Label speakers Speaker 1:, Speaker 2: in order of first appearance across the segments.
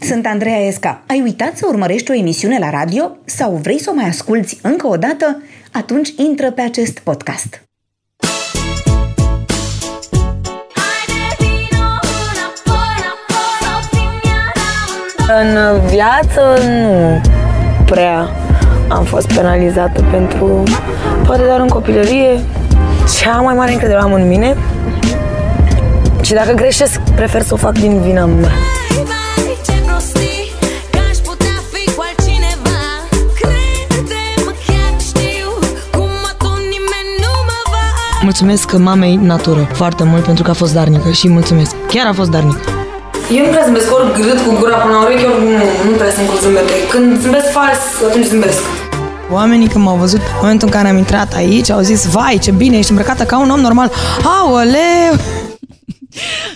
Speaker 1: Sunt Andreea Esca. Ai uitat să urmărești o emisiune la radio sau vrei să o mai asculți încă o dată? Atunci intră pe acest podcast.
Speaker 2: În viață nu prea am fost penalizată pentru... Poate doar în copilărie. Cea mai mare încredere am în mine. Și dacă greșesc, prefer să o fac din vina mea.
Speaker 3: Mulțumesc mamei natură foarte mult pentru că a fost darnică și mulțumesc. Chiar a fost darnică.
Speaker 2: Eu nu prea zâmbesc, ori grât cu gura până la urechi, ori nu, nu prea sunt cu zâmbete. Când zâmbesc fals, atunci zâmbesc.
Speaker 3: Oamenii când m-au văzut, în momentul în care am intrat aici, au zis, vai, ce bine, ești îmbrăcată ca un om normal. Aoleu!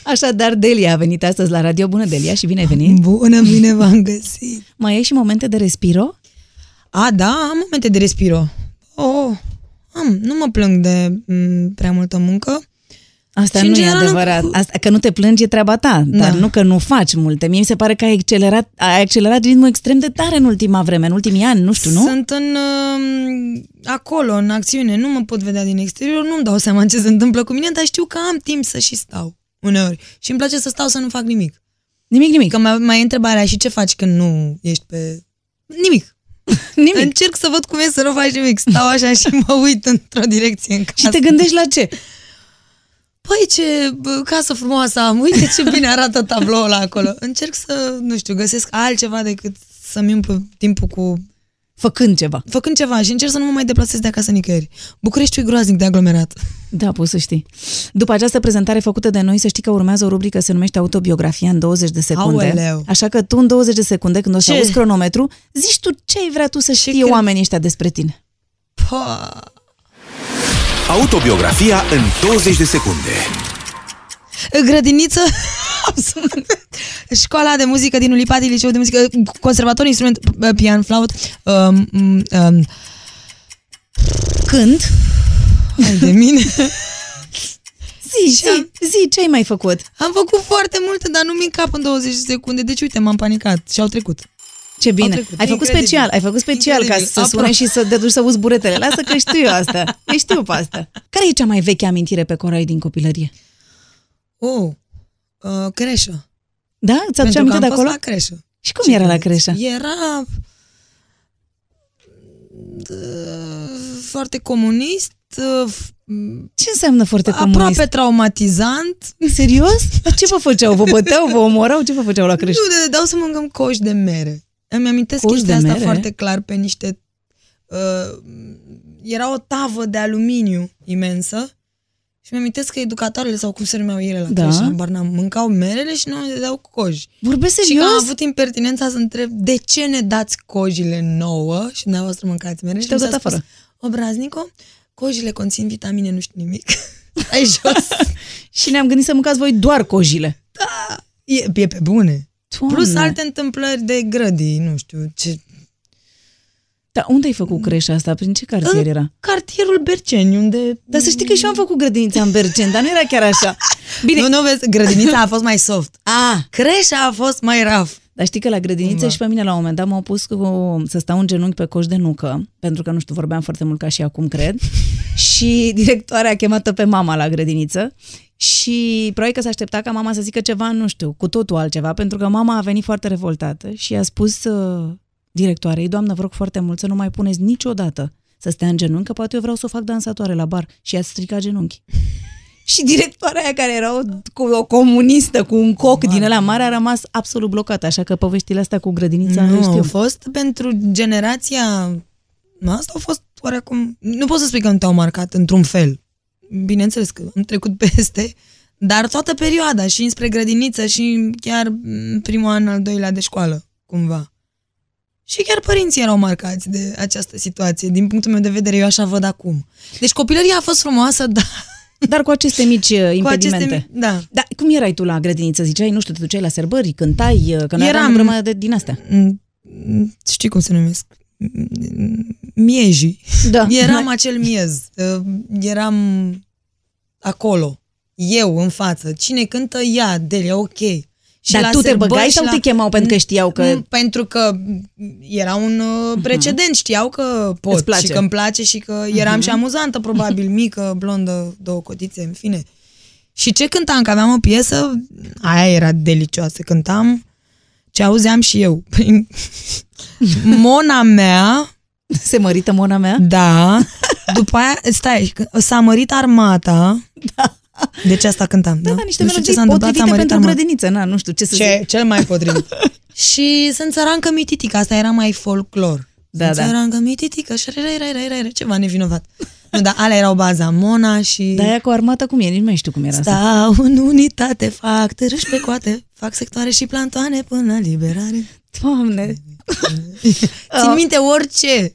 Speaker 4: Așadar, Delia a venit astăzi la radio. Bună, Delia, și bine ai venit!
Speaker 3: Bună, bine v-am găsit!
Speaker 4: Mai ai și momente de respiro?
Speaker 3: A, da, am momente de respiro. Oh, am, nu mă plâng de m- prea multă muncă.
Speaker 4: Asta
Speaker 3: Și,
Speaker 4: nu
Speaker 3: în
Speaker 4: e
Speaker 3: general,
Speaker 4: adevărat.
Speaker 3: nu-
Speaker 4: Asta, că nu te plângi e treaba ta, dar
Speaker 3: Da.
Speaker 4: nu că nu faci multe. Mie mi se pare că ai accelerat, ai accelerat ritmul extrem de tare în ultima vreme, în ultimii ani, nu știu, nu?
Speaker 3: Sunt în, um, acolo, în acțiune, nu mă pot vedea din exterior, nu-mi dau seama ce se întâmplă cu mine, dar știu că am timp să și stau uneori. Și îmi place să stau să nu fac nimic.
Speaker 4: Nimic, nimic.
Speaker 3: Că mai, mai e întrebarea și ce faci când nu ești pe... Nimic.
Speaker 4: nimic.
Speaker 3: Încerc să văd cum e să nu faci nimic. Stau așa și mă uit într-o direcție în
Speaker 4: Și
Speaker 3: casă.
Speaker 4: te gândești la ce?
Speaker 3: Păi ce bă, casă frumoasă am, uite ce bine arată tabloul ăla acolo. Încerc să, nu știu, găsesc altceva decât să-mi umplu timpul cu
Speaker 4: Făcând ceva.
Speaker 3: făcând ceva și încerc să nu mă mai deplasez de acasă nicăieri. Bucureștiul e groaznic de aglomerat.
Speaker 4: Da, poți să știi. După această prezentare făcută de noi, să știi că urmează o rubrică se numește Autobiografia în 20 de secunde.
Speaker 3: Aoleu.
Speaker 4: Așa că tu în 20 de secunde, când o să
Speaker 3: Ce?
Speaker 4: auzi cronometru, zici tu ce ai vrea tu să știe
Speaker 3: când-
Speaker 4: oamenii ăștia despre tine.
Speaker 3: Pa!
Speaker 5: Autobiografia în 20 de secunde.
Speaker 3: Grădiniță, absolut. școala de muzică din Ulipati, liceu de muzică, conservator, instrument, pian, flaut, um, um, um,
Speaker 4: Când?
Speaker 3: hai de mine.
Speaker 4: Zi, zi, zi, ce ai mai făcut?
Speaker 3: Am făcut foarte multe, dar nu mi cap în 20 de secunde, deci uite, m-am panicat și au trecut.
Speaker 4: Ce bine.
Speaker 3: trecut.
Speaker 4: Ai făcut
Speaker 3: Incredibil.
Speaker 4: special, ai făcut special
Speaker 3: Incredibil.
Speaker 4: ca să
Speaker 3: Apro-
Speaker 4: spune și să te duci să uzi buretele. Lasă că știu eu asta. Eu știu pe asta. Care e cea mai veche amintire pe care o ai din copilărie?
Speaker 3: Oh, uh, creșă.
Speaker 4: Da? Ți-a
Speaker 3: Pentru că
Speaker 4: aminte
Speaker 3: am
Speaker 4: de
Speaker 3: fost
Speaker 4: acolo?
Speaker 3: la creșă.
Speaker 4: Și cum era la creșă?
Speaker 3: Era uh, foarte comunist, uh,
Speaker 4: Ce înseamnă foarte comunist?
Speaker 3: aproape traumatizant.
Speaker 4: Serios? Dar ce vă făceau? Vă băteau? Vă omorau? Ce vă făceau la crește?
Speaker 3: Nu, ne dau să mâncăm coși de mere. Îmi amintesc
Speaker 4: Coși
Speaker 3: coși chestia
Speaker 4: de
Speaker 3: asta
Speaker 4: mere?
Speaker 3: foarte clar pe niște... Uh, era o tavă de aluminiu imensă și mi amintesc că educatoarele sau cum se numeau ele la
Speaker 4: Da.
Speaker 3: da. creșă, habar n-am, mâncau merele și noi le dau coji.
Speaker 4: Vorbesc
Speaker 3: Și că
Speaker 4: serios?
Speaker 3: am avut impertinența să întreb de ce ne dați cojile nouă și dumneavoastră mâncați mere.
Speaker 4: Și te-au
Speaker 3: mi s-a
Speaker 4: dat
Speaker 3: spus,
Speaker 4: afară.
Speaker 3: Obraznico, cojile conțin vitamine, nu știu nimic. Ai jos.
Speaker 4: Și ne-am gândit să mâncați voi doar cojile.
Speaker 3: e, e pe bune.
Speaker 4: Doamne.
Speaker 3: Plus alte întâmplări de grădii, nu știu, ce
Speaker 4: Dar unde ai făcut
Speaker 3: Mm.
Speaker 4: creșa asta? Prin ce cartier era?
Speaker 3: cartierul Berceni, unde...
Speaker 4: Dar să
Speaker 3: Mm.
Speaker 4: știi că și eu am făcut grădinița în Bergen, dar nu era chiar așa. Bine. Ah.
Speaker 3: Nu, nu, vezi, grădinița a fost mai soft.
Speaker 4: A,
Speaker 3: Creșa a fost mai raf.
Speaker 4: dar știi că la grădiniță și pe mine la un moment dat m-au pus cu, să stau în genunchi pe coș de nucă, pentru că, nu știu, vorbeam foarte mult ca și acum, cred. și directoarea a chemată pe mama la grădiniță și probabil că s-a aștepta ca mama să zică ceva, nu știu, cu totul altceva, pentru că mama a venit foarte revoltată și a spus uh, directoarei, doamnă, vă rog foarte mult să nu mai puneți niciodată să stea în genunchi, că poate eu vreau să o fac dansatoare la bar și a stricat genunchi. Și directoarea aia care era o, cu o comunistă cu un coc din ăla mare a rămas absolut blocată, așa că poveștile astea cu grădinița nu,
Speaker 3: Nu,
Speaker 4: știu.
Speaker 3: a fost pentru generația... Asta a fost oarecum... Nu pot să spui că nu te-au marcat într-un fel. Bineînțeles că am trecut peste, dar toată perioada și înspre grădiniță și chiar m, primul an, al doilea de școală, cumva. Și chiar părinții erau marcați de această situație. Din punctul meu de vedere, eu așa văd acum. Deci copilăria a fost frumoasă, dar
Speaker 4: Dar cu aceste mici uh,
Speaker 3: cu
Speaker 4: impedimente.
Speaker 3: aceste... mi- Da.
Speaker 4: Da, cum erai tu la grădiniță? Ziceai, nu știu, te duceai la sărbări, cântai, uh, că nu
Speaker 3: Eram-
Speaker 4: aveam vremea de din astea.
Speaker 3: Mm, mm, știi cum se numesc, Mm, miejii.
Speaker 4: Da.
Speaker 3: Eram acel miez, Uh, eram acolo, eu în față, cine cântă, ea, Delia, ok. Și
Speaker 4: Dar
Speaker 3: la
Speaker 4: tu te
Speaker 3: sărbări
Speaker 4: băgai
Speaker 3: și
Speaker 4: sau
Speaker 3: la...
Speaker 4: te chemau pentru că știau că- Mhm.
Speaker 3: Mm, Pentru că era un uh, precedent, știau că pot
Speaker 4: Îți place. Mhm.
Speaker 3: și că îmi place și că eram și amuzantă, probabil, mică, blondă, două cotițe, în fine. Și ce cântam? Că aveam o piesă, aia era delicioasă, cântam ce auzeam și eu. Păi, Mona mea,
Speaker 4: Se mărită mona mea?
Speaker 3: da, după aia, stai, că s-a mărit armata, da. deci asta cântam, da?
Speaker 4: Da, da, niște
Speaker 3: Nu știu ce
Speaker 4: melodii
Speaker 3: s-a întâmplat, s-a
Speaker 4: potrivite
Speaker 3: mărit
Speaker 4: pentru
Speaker 3: armata.
Speaker 4: grădiniță, na, nu știu ce să
Speaker 3: Ce,
Speaker 4: zic.
Speaker 3: cel mai potrivit. și sunt țărancă mititică, asta era mai folclor.
Speaker 4: Da,
Speaker 3: sunt
Speaker 4: da.
Speaker 3: țărancă mititică și rai, rai, rai, rai, rai, ceva nevinovat. nu, dar alea erau baza Mona și...
Speaker 4: Da, aia cu armata cum e, nici nu mai știu cum era asta.
Speaker 3: Stau în unitate, fac târâși pe coate, fac sectoare și plantoane până la liberare.
Speaker 4: Doamne!
Speaker 3: Țin minte orice.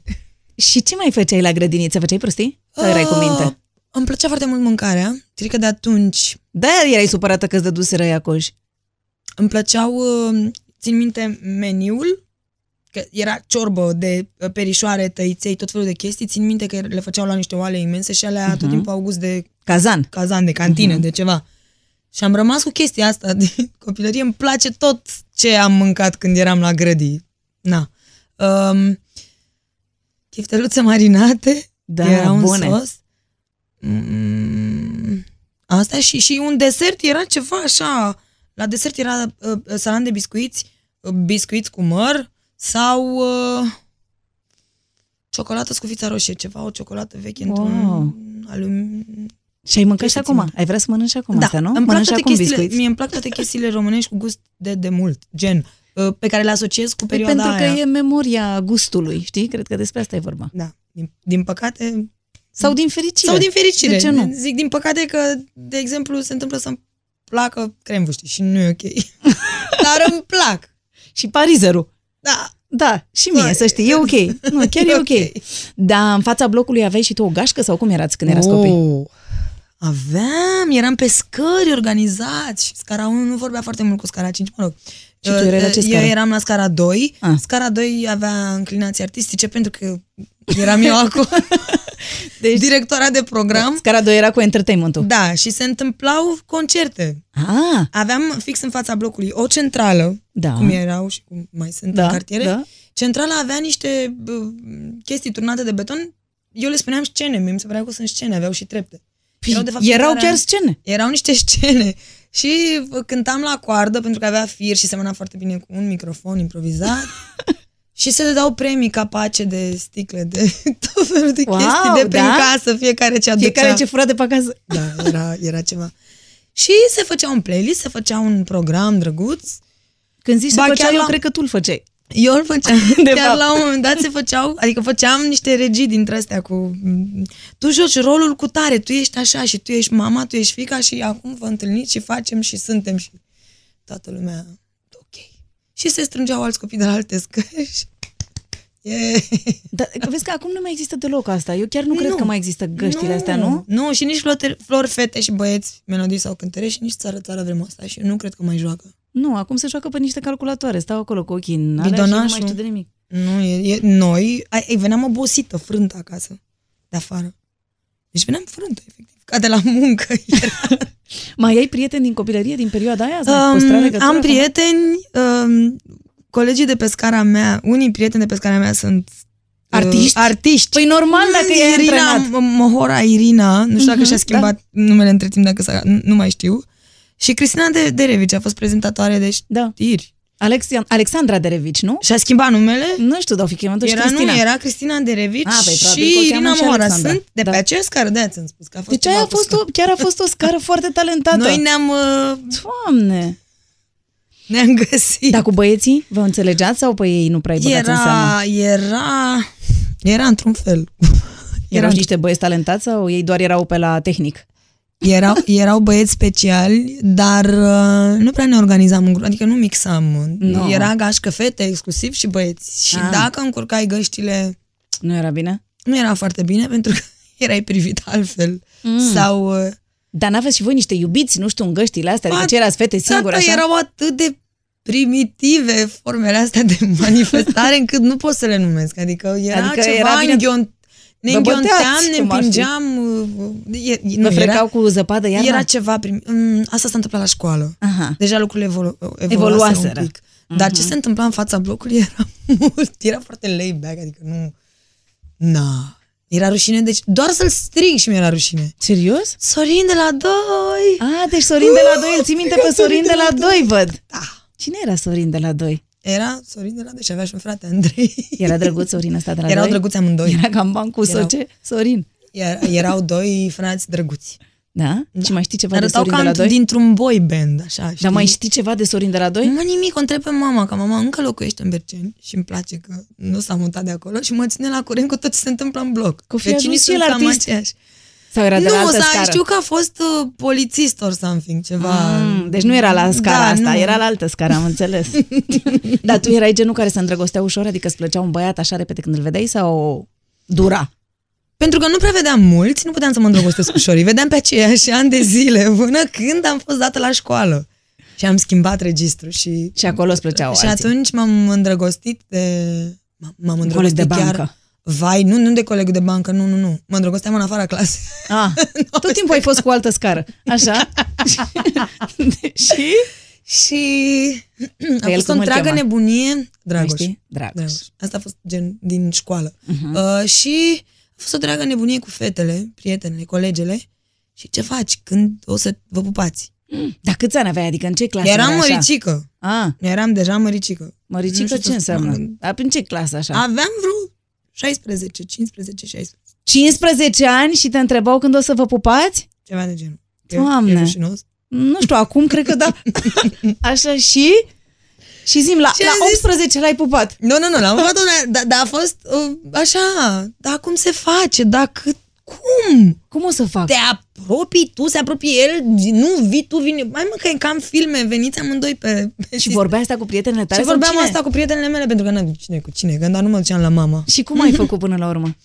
Speaker 4: Și ce mai făceai la grădiniță? Făceai prostii? Sau erai cu
Speaker 3: Ah,
Speaker 4: minte?
Speaker 3: Îmi plăcea foarte mult mâncarea. Cred că de atunci
Speaker 4: Da, erai supărată că îți dăduse răiacoși.
Speaker 3: îmi plăceau, uh, țin minte, meniul, că era ciorbă de uh, perișoare, tăiței, tot felul de chestii. Țin minte că le făceau la niște oale imense și alea uh-huh. tot timpul au gust de
Speaker 4: Cazan. Mhm.
Speaker 3: cazan, de cantină, uh-huh. de ceva. Și am rămas cu chestia asta de copilărie. Îmi place tot ce am mâncat când eram la grădii. Na. Um, chifteluțe marinate.
Speaker 4: Da,
Speaker 3: era un
Speaker 4: bune.
Speaker 3: sos. Mm, asta și, și un desert era ceva așa. La desert era uh, salam de biscuiți, uh, biscuiți cu măr sau uh, ciocolată scufița roșie, ceva, o ciocolată veche
Speaker 4: Wow.
Speaker 3: într-un alum,
Speaker 4: Și ai mâncat
Speaker 3: Trebuie
Speaker 4: și
Speaker 3: să
Speaker 4: acum. Ai vrea să mănânci acum asta, nu?
Speaker 3: Da. Îmi plac
Speaker 4: Mănânci
Speaker 3: toate
Speaker 4: acum
Speaker 3: chestiile,
Speaker 4: biscuiți.
Speaker 3: mie îmi plac toate chestiile românești cu gust de de mult, gen, uh, pe care le asociez cu
Speaker 4: Păi
Speaker 3: perioada
Speaker 4: pentru că
Speaker 3: aia.
Speaker 4: e memoria gustului, știi? Cred că despre asta e vorba.
Speaker 3: Da, din, din păcate...
Speaker 4: Sau din fericire.
Speaker 3: Sau din fericire.
Speaker 4: De ce nu?
Speaker 3: Zic din păcate că, de exemplu, se întâmplă să-mi placă cremvuștii și nu e ok. Dar îmi plac.
Speaker 4: Și parizerul.
Speaker 3: Da.
Speaker 4: Da, și mie,
Speaker 3: Pare-
Speaker 4: să știi, e ok. Nu, chiar e,
Speaker 3: E
Speaker 4: ok.
Speaker 3: ok.
Speaker 4: Dar în fața blocului aveai și tu o gașcă sau cum erați când erați copii?
Speaker 3: Oh. Aveam, eram pe scări organizați și scara 1 nu vorbea foarte mult cu scara 5, mă rog.
Speaker 4: Și tu erai la ce
Speaker 3: Eu
Speaker 4: scară?
Speaker 3: eram la scara 2.
Speaker 4: Ah.
Speaker 3: Ah. Scara 2 avea înclinații artistice pentru că eram eu acolo. deci, directora de program.
Speaker 4: Scara 2 era cu entertainmentul.
Speaker 3: Da, și se întâmplau concerte.
Speaker 4: Ah,
Speaker 3: Aveam fix în fața blocului o centrală,
Speaker 4: Da.
Speaker 3: cum erau și cum mai sunt
Speaker 4: Da,
Speaker 3: în cartiere.
Speaker 4: da.
Speaker 3: Centrala avea niște bă, chestii turnate de beton. Eu le spuneam scene, mie mi se părea că sunt scene, aveau și trepte.
Speaker 4: erau, Păi, erau
Speaker 3: fiecare
Speaker 4: chiar
Speaker 3: an-
Speaker 4: scene.
Speaker 3: Erau niște scene. Și bă, cântam la coardă pentru că avea fir și semăna foarte bine cu un microfon improvizat. și se dădeau premii, capace de sticle, de tot felul de
Speaker 4: Wow,
Speaker 3: chestii de prin
Speaker 4: da?
Speaker 3: casă, fiecare ce aducea.
Speaker 4: Fiecare ce fura de pe acasă.
Speaker 3: Da, era, era ceva. Și se făcea un playlist, se făcea un program drăguț.
Speaker 4: Când zici să
Speaker 3: Ba,
Speaker 4: făcea,
Speaker 3: chiar
Speaker 4: eu
Speaker 3: la-
Speaker 4: cred că tu îl făceai.
Speaker 3: Eu îl făceam.
Speaker 4: De
Speaker 3: De Chiar fapt.
Speaker 4: fapt.
Speaker 3: la un moment dat se făceau, adică făceam niște regii dintre astea cu... Tu joci rolul cu tare, tu ești așa și tu ești mama, tu ești fica și acum vă întâlniți și facem și suntem și toată lumea... Ok. Și se strângeau alți copii de la alte scări și... Yeah.
Speaker 4: Dar vezi că acum nu mai există deloc asta. Eu chiar nu, cred că mai există găștile astea, nu?
Speaker 3: Nu, și nici flori, flori fete și băieți, melodii sau cântăre și nici țară țară vrem asta și eu nu cred că mai joacă.
Speaker 4: Nu, acum se joacă pe niște calculatoare. Stau acolo cu ochii în alea și nu mai
Speaker 3: Bidonașul.
Speaker 4: știu de nimic.
Speaker 3: Nu, e, e, noi, ai, ai, veneam obosită, frântă acasă, de afară. Deci veneam frântă, efectiv, ca de la muncă.
Speaker 4: Mai ai prieteni din copilărie, din perioada aia? Ați mai păstrat
Speaker 3: um,
Speaker 4: legătura
Speaker 3: am
Speaker 4: cu-
Speaker 3: prieteni, um, colegii de pe scara mea, unii prieteni de pe scara mea sunt
Speaker 4: Artiști?
Speaker 3: Uh, artiști.
Speaker 4: Păi normal dacă e
Speaker 3: Irina
Speaker 4: antrenat. Mhm, da.
Speaker 3: M- Mohora Irina, nu știu dacă și-a schimbat numele între timp, dacă s-a, nu- nu mai știu. Și Cristina de Derevici a fost prezentatoare de
Speaker 4: Da.
Speaker 3: știri.
Speaker 4: Alexian- Alexandra Derevici, nu?
Speaker 3: Și-a schimbat numele?
Speaker 4: Nu știu, dar o fi chemat și
Speaker 3: era,
Speaker 4: Deci Cristina.
Speaker 3: nu, era Cristina Derevici
Speaker 4: Ah, păi, probabil că o
Speaker 3: și Irina
Speaker 4: cheamă și
Speaker 3: Mora.
Speaker 4: Alexandra.
Speaker 3: Sunt de
Speaker 4: Da.
Speaker 3: pe aceeași scară, de ați spus că a fost
Speaker 4: Deci aia a fost o, chiar a fost o da. Deci- scară foarte talentată.
Speaker 3: Noi ne-am, uh,
Speaker 4: Doamne!
Speaker 3: ne-am găsit.
Speaker 4: Dar cu băieții vă înțelegeați sau pe ei nu prea îi băgați în seama?
Speaker 3: era, era, era într-un fel.
Speaker 4: Erau
Speaker 3: într-
Speaker 4: niște băieți talentați sau ei doar erau pe la tehnic?
Speaker 3: erau, erau băieți speciali, dar uh, nu prea ne organizam în grup, adică nu mixam.
Speaker 4: Nu.
Speaker 3: Era gașcă fete exclusiv și băieți. Și
Speaker 4: Ah.
Speaker 3: dacă încurcai găștile,
Speaker 4: Nu era bine?
Speaker 3: nu era foarte bine pentru că erai privit altfel. Mm. Sau... Uh,
Speaker 4: Dar n-aveți și voi niște iubiți, nu știu, în găștile astea? Adică ce erați fete singure
Speaker 3: Tata,
Speaker 4: așa?
Speaker 3: erau atât de primitive formele astea de manifestare încât nu pot să le numesc. Adică era
Speaker 4: Adică
Speaker 3: ceva
Speaker 4: era bine-
Speaker 3: înghion, Ne
Speaker 4: Vă
Speaker 3: înghionteam,
Speaker 4: băteați,
Speaker 3: ne
Speaker 4: cum ar fi.
Speaker 3: împingeam. uh, e-
Speaker 4: Vă
Speaker 3: nu,
Speaker 4: frecau
Speaker 3: era,
Speaker 4: cu zăpadă iarna?
Speaker 3: era ceva prim... mm, Asta s-a întâmplat la școală.
Speaker 4: Aha.
Speaker 3: Deja lucrurile evolu- evoluaseră
Speaker 4: Evoluaseră. Mhm.
Speaker 3: un pic. Dar ce se întâmpla în fața blocului era mult, era foarte laid back, adică nu... Na, era rușine, deci doar să-l strig și mi-era rușine.
Speaker 4: Serios?
Speaker 3: Sorin de la doi!
Speaker 4: A, deci Sorin de la 2, îl ții minte pe Sorin de la 2, văd.
Speaker 3: Da.
Speaker 4: Cine era Sorin de la 2?
Speaker 3: Era Sorin de la doi și avea și un frate, Andrei.
Speaker 4: Era drăguț Sorin ăsta de la 2?
Speaker 3: Erau drăguți amândoi.
Speaker 4: Era cam ban cu
Speaker 3: Erau.
Speaker 4: soce, Sorin.
Speaker 3: Era... Erau doi frați drăguți.
Speaker 4: Da? Și mai știi ceva de
Speaker 3: Arătau
Speaker 4: Sorin de
Speaker 3: ca
Speaker 4: la 2?
Speaker 3: dintr-un boy band, așa, știi?
Speaker 4: Dar mai știi ceva de Sorin de la 2?
Speaker 3: Nu mă nimic, o întreb pe mama, că mama încă locuiește în Berceni și îmi place că nu s-a mutat de acolo și mă ține la curent cu tot ce se întâmplă în bloc.
Speaker 4: Că fi
Speaker 3: Vecinii
Speaker 4: ajuns și
Speaker 3: sunt
Speaker 4: el
Speaker 3: cam
Speaker 4: artist.
Speaker 3: aceiași.
Speaker 4: Sau era de la
Speaker 3: Nu,
Speaker 4: altă
Speaker 3: s-a,
Speaker 4: scară?
Speaker 3: știu că a fost uh, polițist or something, ceva.
Speaker 4: Mm, deci nu era la scara
Speaker 3: Da,
Speaker 4: asta,
Speaker 3: nu.
Speaker 4: era la altă scară, am înțeles. Dar tu erai genul care se îndrăgostea ușor, adică îți plăcea un băiat așa repede când îl vedeai sau dura?
Speaker 3: Pentru că nu prea vedeam mulți, nu puteam să mă îndrăgostesc ușor. Îi vedeam pe aceiași ani de zile, până când am fost dată la școală. Și am schimbat registru și...
Speaker 4: Și acolo îți plăceau
Speaker 3: și
Speaker 4: alții.
Speaker 3: atunci m-am îndrăgostit de... m- M-am
Speaker 4: Coleg
Speaker 3: îndrăgostit
Speaker 4: de bancă.
Speaker 3: chiar... Vai, nu, nu de colegul de bancă, nu, nu, nu. Mă îndrăgosteam în afara clasei.
Speaker 4: Ah, tot timpul ai fost cu o altă scară. Așa? și?
Speaker 3: Și a
Speaker 4: Păi el
Speaker 3: fost o
Speaker 4: cum îl
Speaker 3: întreagă
Speaker 4: chema?
Speaker 3: nebunie. Dragoș.
Speaker 4: Mai știi? Dragoș. Mhm.
Speaker 3: Asta a fost gen din școală. Uh-huh. Uh, și a fost o întreagă nebunie cu fetele, prietenele, colegele. Și ce faci când o să vă pupați?
Speaker 4: Dar câți ani aveai? Adică în ce clasă
Speaker 3: Eram
Speaker 4: erai așa?
Speaker 3: măricică.
Speaker 4: Ah,
Speaker 3: Eram deja măricică. Nu
Speaker 4: măricică
Speaker 3: știu să
Speaker 4: ce
Speaker 3: spun.
Speaker 4: înseamnă? Da. Dar prin ce clasă așa?
Speaker 3: Aveam vreo 16, 15, 16.
Speaker 4: 15 ani și te întrebau când o să vă pupați?
Speaker 3: Ceva de genul. E-
Speaker 4: Doamne!
Speaker 3: E rușinos.
Speaker 4: Nu știu, acum cred că da. Așa și? Și zim, la,
Speaker 3: Ce
Speaker 4: la
Speaker 3: ai zis?
Speaker 4: 18 l-ai pupat.
Speaker 3: Nu, nu, nu, l-am făcut dar da, a fost uh, așa, dar cum se face, dar cât, cum?
Speaker 4: Cum o să fac?
Speaker 3: te apropii tu, se apropie el, nu vii tu, vine. Mai mă că e cam filme, veniți amândoi pe... pe
Speaker 4: Și vorbeai asta cu prietenele tale
Speaker 3: și
Speaker 4: sau
Speaker 3: vorbeam
Speaker 4: cine?
Speaker 3: asta cu prietenele mele, pentru că nu cine cu cine, că dar nu mă duceam la mama.
Speaker 4: Și cum ai făcut până la urmă?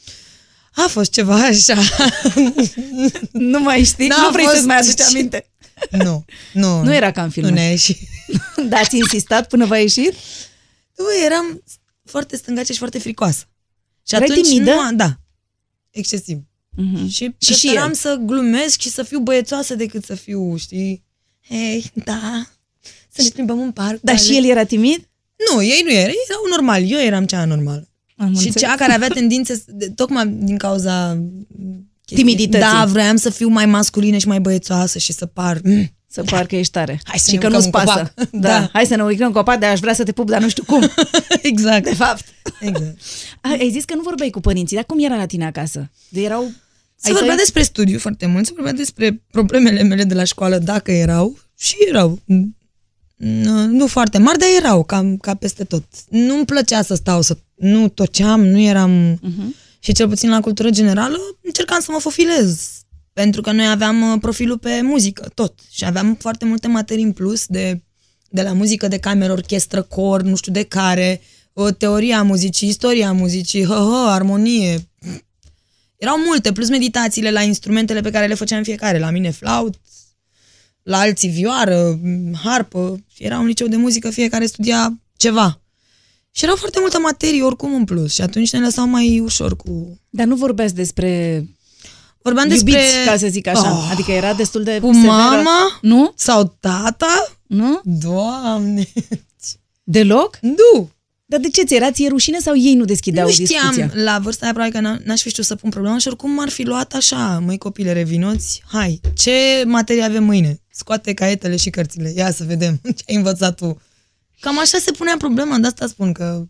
Speaker 3: A fost ceva așa.
Speaker 4: Nu mai știi?
Speaker 3: N-a
Speaker 4: nu vrei
Speaker 3: fost
Speaker 4: să-ți mai aduci
Speaker 3: ce-
Speaker 4: aminte.
Speaker 3: nu, nu.
Speaker 4: Nu era ca în filme.
Speaker 3: Nu ne-a ieșit.
Speaker 4: Dar ați insistat până v-a ieșit?
Speaker 3: Nu, eram foarte stângace și foarte fricoasă. Și
Speaker 4: Erai
Speaker 3: atunci
Speaker 4: timidă?
Speaker 3: nu am, da, excesiv.
Speaker 4: Mhm.
Speaker 3: Și,
Speaker 4: Și
Speaker 3: și
Speaker 4: și
Speaker 3: preferam
Speaker 4: el.
Speaker 3: să glumesc și să fiu băiețoasă decât să fiu, știi? Hei, da, să ne plimbăm în parc.
Speaker 4: Dar
Speaker 3: ale-
Speaker 4: Da, și el era timid?
Speaker 3: Nu, ei nu erau, erau normal, eu eram cea anormală.
Speaker 4: Am
Speaker 3: și
Speaker 4: înțeles.
Speaker 3: cea care avea tendințe, să- de, tocmai din cauza...
Speaker 4: Timidității.
Speaker 3: Da, vroiam să fiu mai masculină și mai băiețoasă și să par... Mm.
Speaker 4: Să par că ești tare.
Speaker 3: Hai să
Speaker 4: și
Speaker 3: ne
Speaker 4: că
Speaker 3: urcăm
Speaker 4: nu-ți
Speaker 3: în
Speaker 4: pasă.
Speaker 3: copac.
Speaker 4: Da.
Speaker 3: Da.
Speaker 4: Hai să ne urcăm în copac, dar aș vrea să te pup, dar nu știu cum.
Speaker 3: exact.
Speaker 4: De fapt.
Speaker 3: exact.
Speaker 4: A, ai zis că nu vorbeai cu părinții, dar cum era la tine acasă? De erau...
Speaker 3: Se vorbea despre studiu foarte mult, se vorbea despre problemele mele de la școală, dacă erau, și erau. Mm, Nu foarte mari, dar erau, cam, ca peste tot. Nu-mi plăcea să stau, să nu toceam, nu eram... Uh-huh. Și cel puțin la cultură generală încercam să mă fofilez, pentru că noi aveam uh, profilul pe muzică, tot. Și aveam foarte multe materii în plus de, de la muzică de cameră, orchestră, cor, nu știu de care, uh, teoria muzicii, istoria muzicii, hă-hă, armonie, erau multe, plus meditațiile la instrumentele pe care le făceam fiecare. La mine flaut, la alții vioară, m, harpă. Era un liceu de muzică, fiecare studia ceva. Și erau foarte multe materii oricum în plus și atunci ne lăsau mai ușor cu...
Speaker 4: Dar nu vorbeați despre
Speaker 3: Vorbeam
Speaker 4: iubiți,
Speaker 3: despre...
Speaker 4: ca să zic așa.
Speaker 3: Oh,
Speaker 4: Adică era destul de
Speaker 3: Cu
Speaker 4: severă.
Speaker 3: mama?
Speaker 4: Nu?
Speaker 3: Sau tata?
Speaker 4: Nu?
Speaker 3: Doamne!
Speaker 4: Deloc?
Speaker 3: Nu!
Speaker 4: Dar de ce ți era ție rușine sau ei nu deschideau
Speaker 3: nu știam,
Speaker 4: discuția?
Speaker 3: la vârsta aia probabil că n- n-aș fi știut să pun problema și oricum m-ar fi luat așa, măi copile, revinoți, hai, ce materie avem mâine? Scoate caietele și cărțile, ia să vedem ce ai învățat tu. Cam așa se punea problema, de asta spun că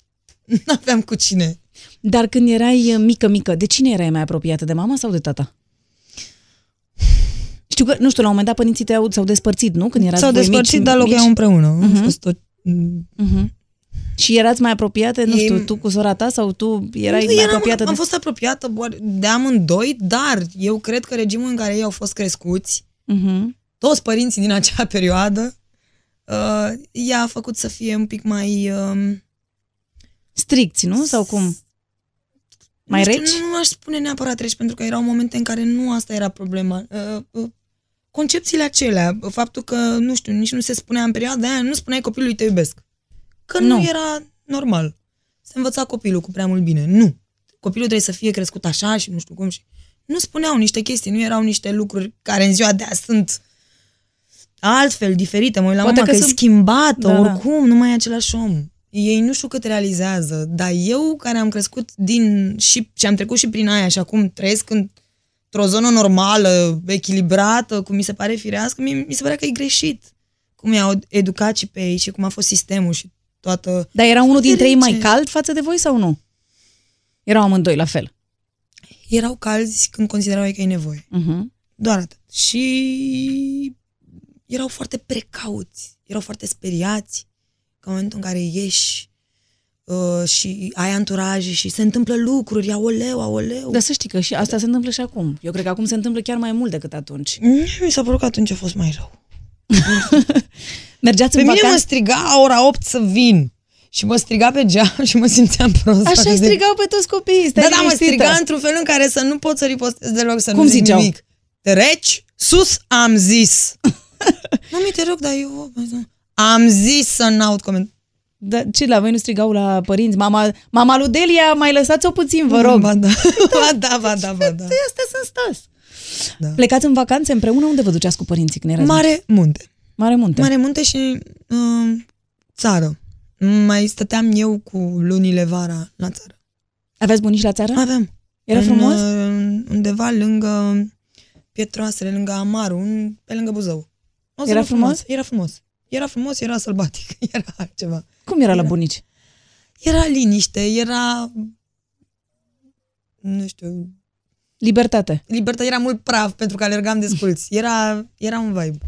Speaker 3: nu aveam cu cine.
Speaker 4: Dar când erai uh, mică, mică, de cine erai mai apropiată? De mama sau de tata? Știu că, nu știu, la un moment dat părinții te au, s-au despărțit, nu? Când erați
Speaker 3: S-au
Speaker 4: voi
Speaker 3: despărțit,
Speaker 4: mici, Mhm.
Speaker 3: dar locuiau
Speaker 4: mici.
Speaker 3: împreună. Uh-huh. Fost tot...
Speaker 4: Și erați mai apropiate, nu
Speaker 3: Ei-
Speaker 4: știu, tu cu sora ta sau tu erai
Speaker 3: Nu,
Speaker 4: mai
Speaker 3: eram-
Speaker 4: apropiată
Speaker 3: Am
Speaker 4: de...
Speaker 3: fost apropiată boar- de amândoi, dar eu cred că regimul în care ei au fost crescuți
Speaker 4: Mhm.
Speaker 3: toți părinții din acea perioadă, uh, ea a făcut să fie un pic mai... Uh,
Speaker 4: Stricți, nu? Sau cum? Mai
Speaker 3: nu știu,
Speaker 4: reci?
Speaker 3: Nu aș spune neapărat reci, pentru că erau momente în care nu asta era problema. Uh, uh, Concepțiile acelea, faptul că, nu știu, nici nu se spunea în perioada aia, nu spuneai copilului te iubesc. Că nu,
Speaker 4: Nu.
Speaker 3: era normal. Se învăța copilul cu prea mult bine. Nu. copilul trebuie să fie crescut așa și nu știu cum. Și nu spuneau niște chestii, nu erau niște lucruri care în ziua de azi sunt altfel, diferite. Mă uit la
Speaker 4: Poate
Speaker 3: mama că,
Speaker 4: că
Speaker 3: că e
Speaker 4: sunt-
Speaker 3: schimbată,
Speaker 4: Da, da.
Speaker 3: da, oricum, nu mai e același om. Ei nu știu cât realizează, dar eu care am crescut din și, și am trecut și prin aia și acum trăiesc în, într-o zonă normală, echilibrată, cum mi se pare firească, mi, mi se pare că e greșit cum i-au educat și pe ei și cum a fost sistemul și toată...
Speaker 4: Dar era unul dintre ei mai
Speaker 3: Înțelege.
Speaker 4: cald față de voi sau nu? Erau amândoi la fel.
Speaker 3: Erau calzi când considerau ei că e nevoie.
Speaker 4: Uh-huh.
Speaker 3: Doar atât. Și erau foarte precauți, erau foarte speriați că în momentul în care ieși uh, și ai anturaje și se întâmplă lucruri, aoleu, aoleu.
Speaker 4: Dar să știi că și asta se întâmplă și acum. Eu cred că acum se întâmplă chiar mai mult decât atunci.
Speaker 3: Mie Mi s-a părut că atunci a fost mai rău.
Speaker 4: Mergeați
Speaker 3: Pe
Speaker 4: în
Speaker 3: mine mă
Speaker 4: vacanță?
Speaker 3: striga ora 8 să vin și mă striga pe geam și mă simțeam prost.
Speaker 4: Așa
Speaker 3: față
Speaker 4: îi
Speaker 3: de-
Speaker 4: strigau pe toți copiii. Stai
Speaker 3: Da, da, mă
Speaker 4: liniștită.
Speaker 3: striga într-un fel în care să nu pot să ripostez deloc, să
Speaker 4: Cum
Speaker 3: nu zic
Speaker 4: ziceau?
Speaker 3: nimic. Te reci? Sus am zis. nu mi te rog, dar eu... oh, Am zis să n-aud coment.
Speaker 4: Da, ce, la voi nu strigau la părinți? Mama, mama lui Delia, mai lăsați-o puțin, vă rog. Păi,
Speaker 3: Ba da, ba da, ba da, ba da.
Speaker 4: Astea sunt stas.
Speaker 3: Da.
Speaker 4: Plecați în vacanțe împreună? Unde vă duceați cu părinții când erați?
Speaker 3: Mare munte.
Speaker 4: Mare munte.
Speaker 3: Mare munte și uh, țară. Mai stăteam eu cu lunile vara la țară.
Speaker 4: Aveți bunici la țară?
Speaker 3: Aveam.
Speaker 4: Era
Speaker 3: În,
Speaker 4: frumos?
Speaker 3: uh, undeva lângă Pietroasele, lângă Amaru, un- pe lângă Buzău. O zonă
Speaker 4: Era frumos?
Speaker 3: frumoasă, Era frumos. Era frumos, era sălbatic, era altceva.
Speaker 4: Cum era la
Speaker 3: Da.
Speaker 4: bunici?
Speaker 3: Era liniște, era... Nu știu...
Speaker 4: Libertate.
Speaker 3: Libertate era mult praf pentru că alergam desculți. Era, era un vibe.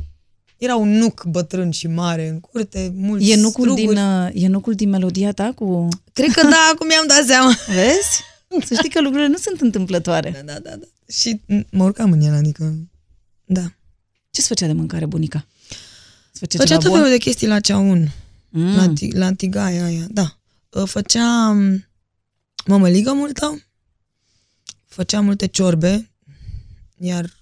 Speaker 3: Era un nuc bătrân și mare în curte, mulți
Speaker 4: E nucul,
Speaker 3: struguri.
Speaker 4: din, uh, e nucul din melodia ta cu...
Speaker 3: Cred că da, acum mi-am dat seama.
Speaker 4: Vezi? Să știi că lucrurile nu sunt întâmplătoare.
Speaker 3: Da, da, da, da. Și m- mă urcam în el, adică... Da.
Speaker 4: Ce-ți făcea de mâncare bunica? Îți făcea,
Speaker 3: Făcea
Speaker 4: ceva
Speaker 3: tot
Speaker 4: bun?
Speaker 3: felul de chestii la ceaun.
Speaker 4: Mm.
Speaker 3: La, ti- la tigaia aia, da. Uh, Făcea m, mămăligă multă, făcea multe ciorbe, iar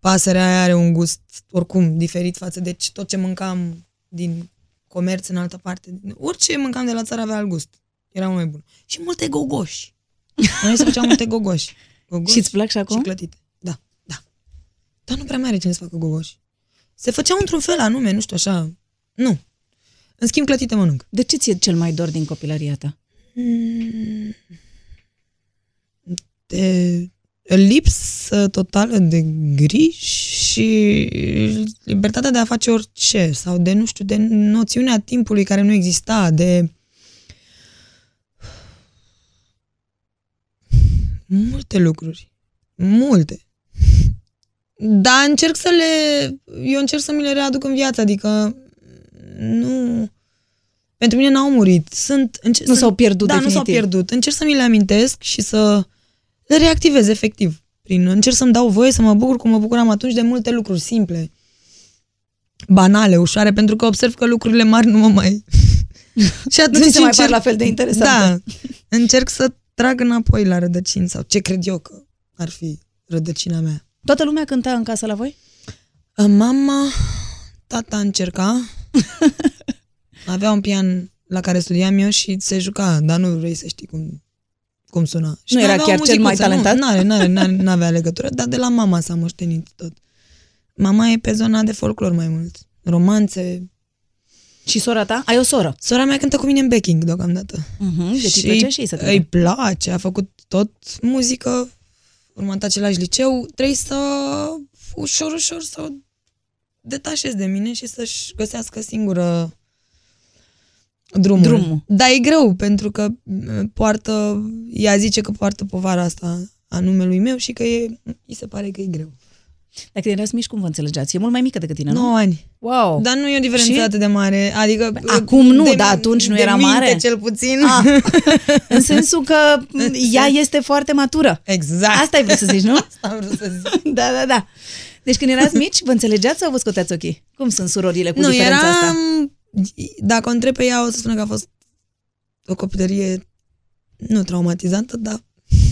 Speaker 3: pasărea aia are un gust oricum diferit față de ce- tot ce mâncam din comerț în altă parte. Orice mâncam de la țară avea alt gust. Era mai bun. Și multe gogoși. Noi se făceau multe gogoși. gogoși
Speaker 4: Și îți plac și acum?
Speaker 3: Și clătite. Da, da. Dar nu prea mai are cine să facă gogoși. Se făceau într-un fel anume, nu știu așa. Nu. În schimb, clătite mănânc.
Speaker 4: De ce ți-e cel mai dor din copilăria ta?
Speaker 3: De lipsă totală de griji și libertatea de a face orice sau de, nu știu, de noțiunea timpului care nu exista, de multe lucruri. Multe. Dar încerc să le... Eu încerc să mi le readuc în viață, adică nu... Pentru mine n-au murit. Sunt, înce-
Speaker 4: Nu s-au pierdut,
Speaker 3: Da, nu s-au
Speaker 4: definitiv.
Speaker 3: pierdut. Încerc să mi le amintesc și să le reactivez, efectiv. Prin, încerc să-mi dau voie să mă bucur cum mă bucuram atunci de multe lucruri simple, banale, ușoare, pentru că observ că lucrurile mari nu mă mai... și atunci
Speaker 4: ți se mai par la fel de interesante.
Speaker 3: Da, încerc să trag înapoi la rădăcini sau ce cred eu că ar fi rădăcina mea.
Speaker 4: Toată lumea cânta în casă la voi?
Speaker 3: Mama, tata încerca. Avea un pian la care studiam eu și se juca, dar nu vrei să știi cum, cum suna. Și
Speaker 4: Nu era
Speaker 3: avea o
Speaker 4: chiar cel mai
Speaker 3: muzicuță,
Speaker 4: talentat?
Speaker 3: Nu n-are, n-are, n-are, n-avea legătură, dar de la mama s-a moștenit tot. Mama e pe zona de folclor mai mult. Romanțe.
Speaker 4: Și sora ta? Ai o soră.
Speaker 3: Sora mea cântă cu mine în backing deocamdată.
Speaker 4: Uh-huh, deci și îi plăcea și ei să
Speaker 3: Îi
Speaker 4: cânte.
Speaker 3: place, a făcut tot muzică, urmând același liceu, trebuie să ușor, ușor să o detașez de mine și să-și găsească singură drumul.
Speaker 4: Drumul.
Speaker 3: Dar e greu, pentru că m, poartă, ea zice că poartă povara asta a numelui meu și că e, îi se pare că e greu.
Speaker 4: Dacă erați mici, cum vă înțelegeați? E mult mai mică decât tine, nu?
Speaker 3: 9 ani.
Speaker 6: Da.
Speaker 4: Wow!
Speaker 3: Dar nu e o diferență
Speaker 4: Și?
Speaker 3: atât de mare. Adică...
Speaker 4: acum nu, dar atunci nu
Speaker 3: de
Speaker 4: era
Speaker 3: minte,
Speaker 4: mare?
Speaker 3: cel puțin.
Speaker 4: Ah, în sensul că m, ea este foarte matură.
Speaker 3: Exact.
Speaker 4: Asta ai vrut să zici, nu?
Speaker 3: am vrut să zic.
Speaker 4: Da, da, da. Deci când erați mici, vă înțelegeați sau vă scoteați ochii? Cum sunt surorile cu
Speaker 3: nu,
Speaker 4: diferența
Speaker 3: era...
Speaker 4: asta?
Speaker 3: Dacă o întreb pe ea, o să spună că a fost o copilărie nu traumatizantă, dar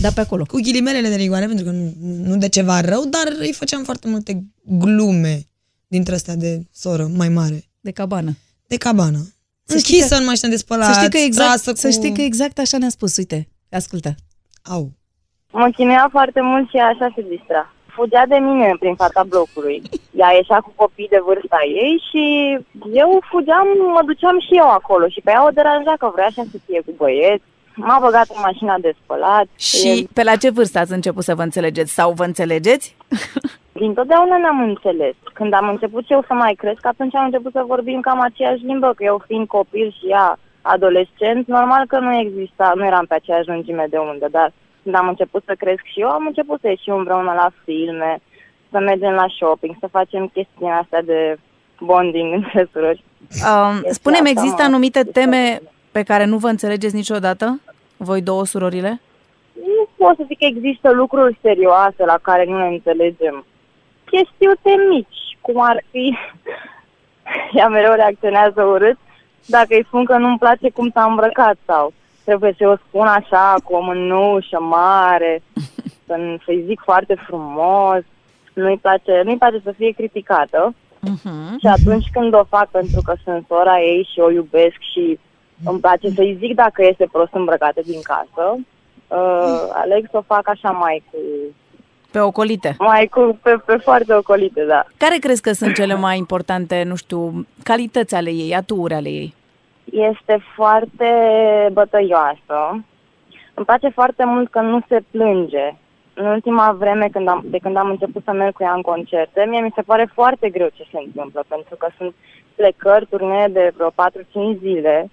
Speaker 4: Da, pe acolo.
Speaker 3: cu ghilimelele de rigoare, pentru că nu, nu de ceva rău, dar îi făceam foarte multe glume dintre astea de soră mai mare.
Speaker 4: De cabană.
Speaker 3: De cabană.
Speaker 4: Să știi
Speaker 3: închisă
Speaker 4: că-
Speaker 3: în mașina de spălat,
Speaker 4: să știi că exact,
Speaker 3: trasă cu...
Speaker 4: să știi că exact așa ne-a spus. Uite, ascultă.
Speaker 3: Au.
Speaker 7: Mă chinuia foarte mult și așa se distra. Fugea de mine prin fața blocului. Ea ieșea cu copii de vârsta ei și eu fugeam, mă duceam și eu acolo. Și pe ea o deranja că vrea așa să fie cu băieți. M-a băgat în mașina de spălat.
Speaker 6: Și pe la ce vârstă ați început să vă înțelegeți? Sau vă înțelegeți?
Speaker 7: Din totdeauna ne-am înțeles. Când am început eu să mai cresc, atunci am început să vorbim cam aceeași limbă, că eu fiind copil și ea adolescent, normal că nu exista, nu eram pe aceeași lungime de undă, dar când am început să cresc și eu, am început să ieșim împreună la filme, să mergem la shopping, să facem chestii astea de bonding între surori.
Speaker 6: Uh,
Speaker 7: Este
Speaker 6: spune-mi,
Speaker 7: asta,
Speaker 6: există
Speaker 7: mă.
Speaker 6: anumite teme pe care nu vă înțelegeți niciodată? Voi două surorile?
Speaker 7: Nu pot să zic că există lucruri serioase la care nu ne înțelegem. Chestiute mici, cum ar fi... Ea mereu reacționează urât dacă îi spun că nu-mi place cum s-a îmbrăcat sau trebuie să o spun așa, cu o mânușă mare, să- să-i zic foarte frumos, nu-i place, nu-i place să fie criticată. Și atunci când o fac pentru că sunt sora ei și o iubesc și îmi place să-i zic dacă este prost îmbrăcată din casă, uh, aleg să o fac așa mai cu,
Speaker 6: Pe ocolite.
Speaker 7: mai cu pe, pe foarte ocolite, da.
Speaker 6: Care crezi că sunt cele mai importante, nu știu, calități ale ei, atuuri ale ei?
Speaker 7: Este foarte bătăioasă. Îmi place foarte mult că nu se plânge. În ultima vreme, când am, de când am început să merg cu ea în concerte, mie mi se pare foarte greu ce se întâmplă, pentru că sunt plecări, turnee de vreo 4-5 zile,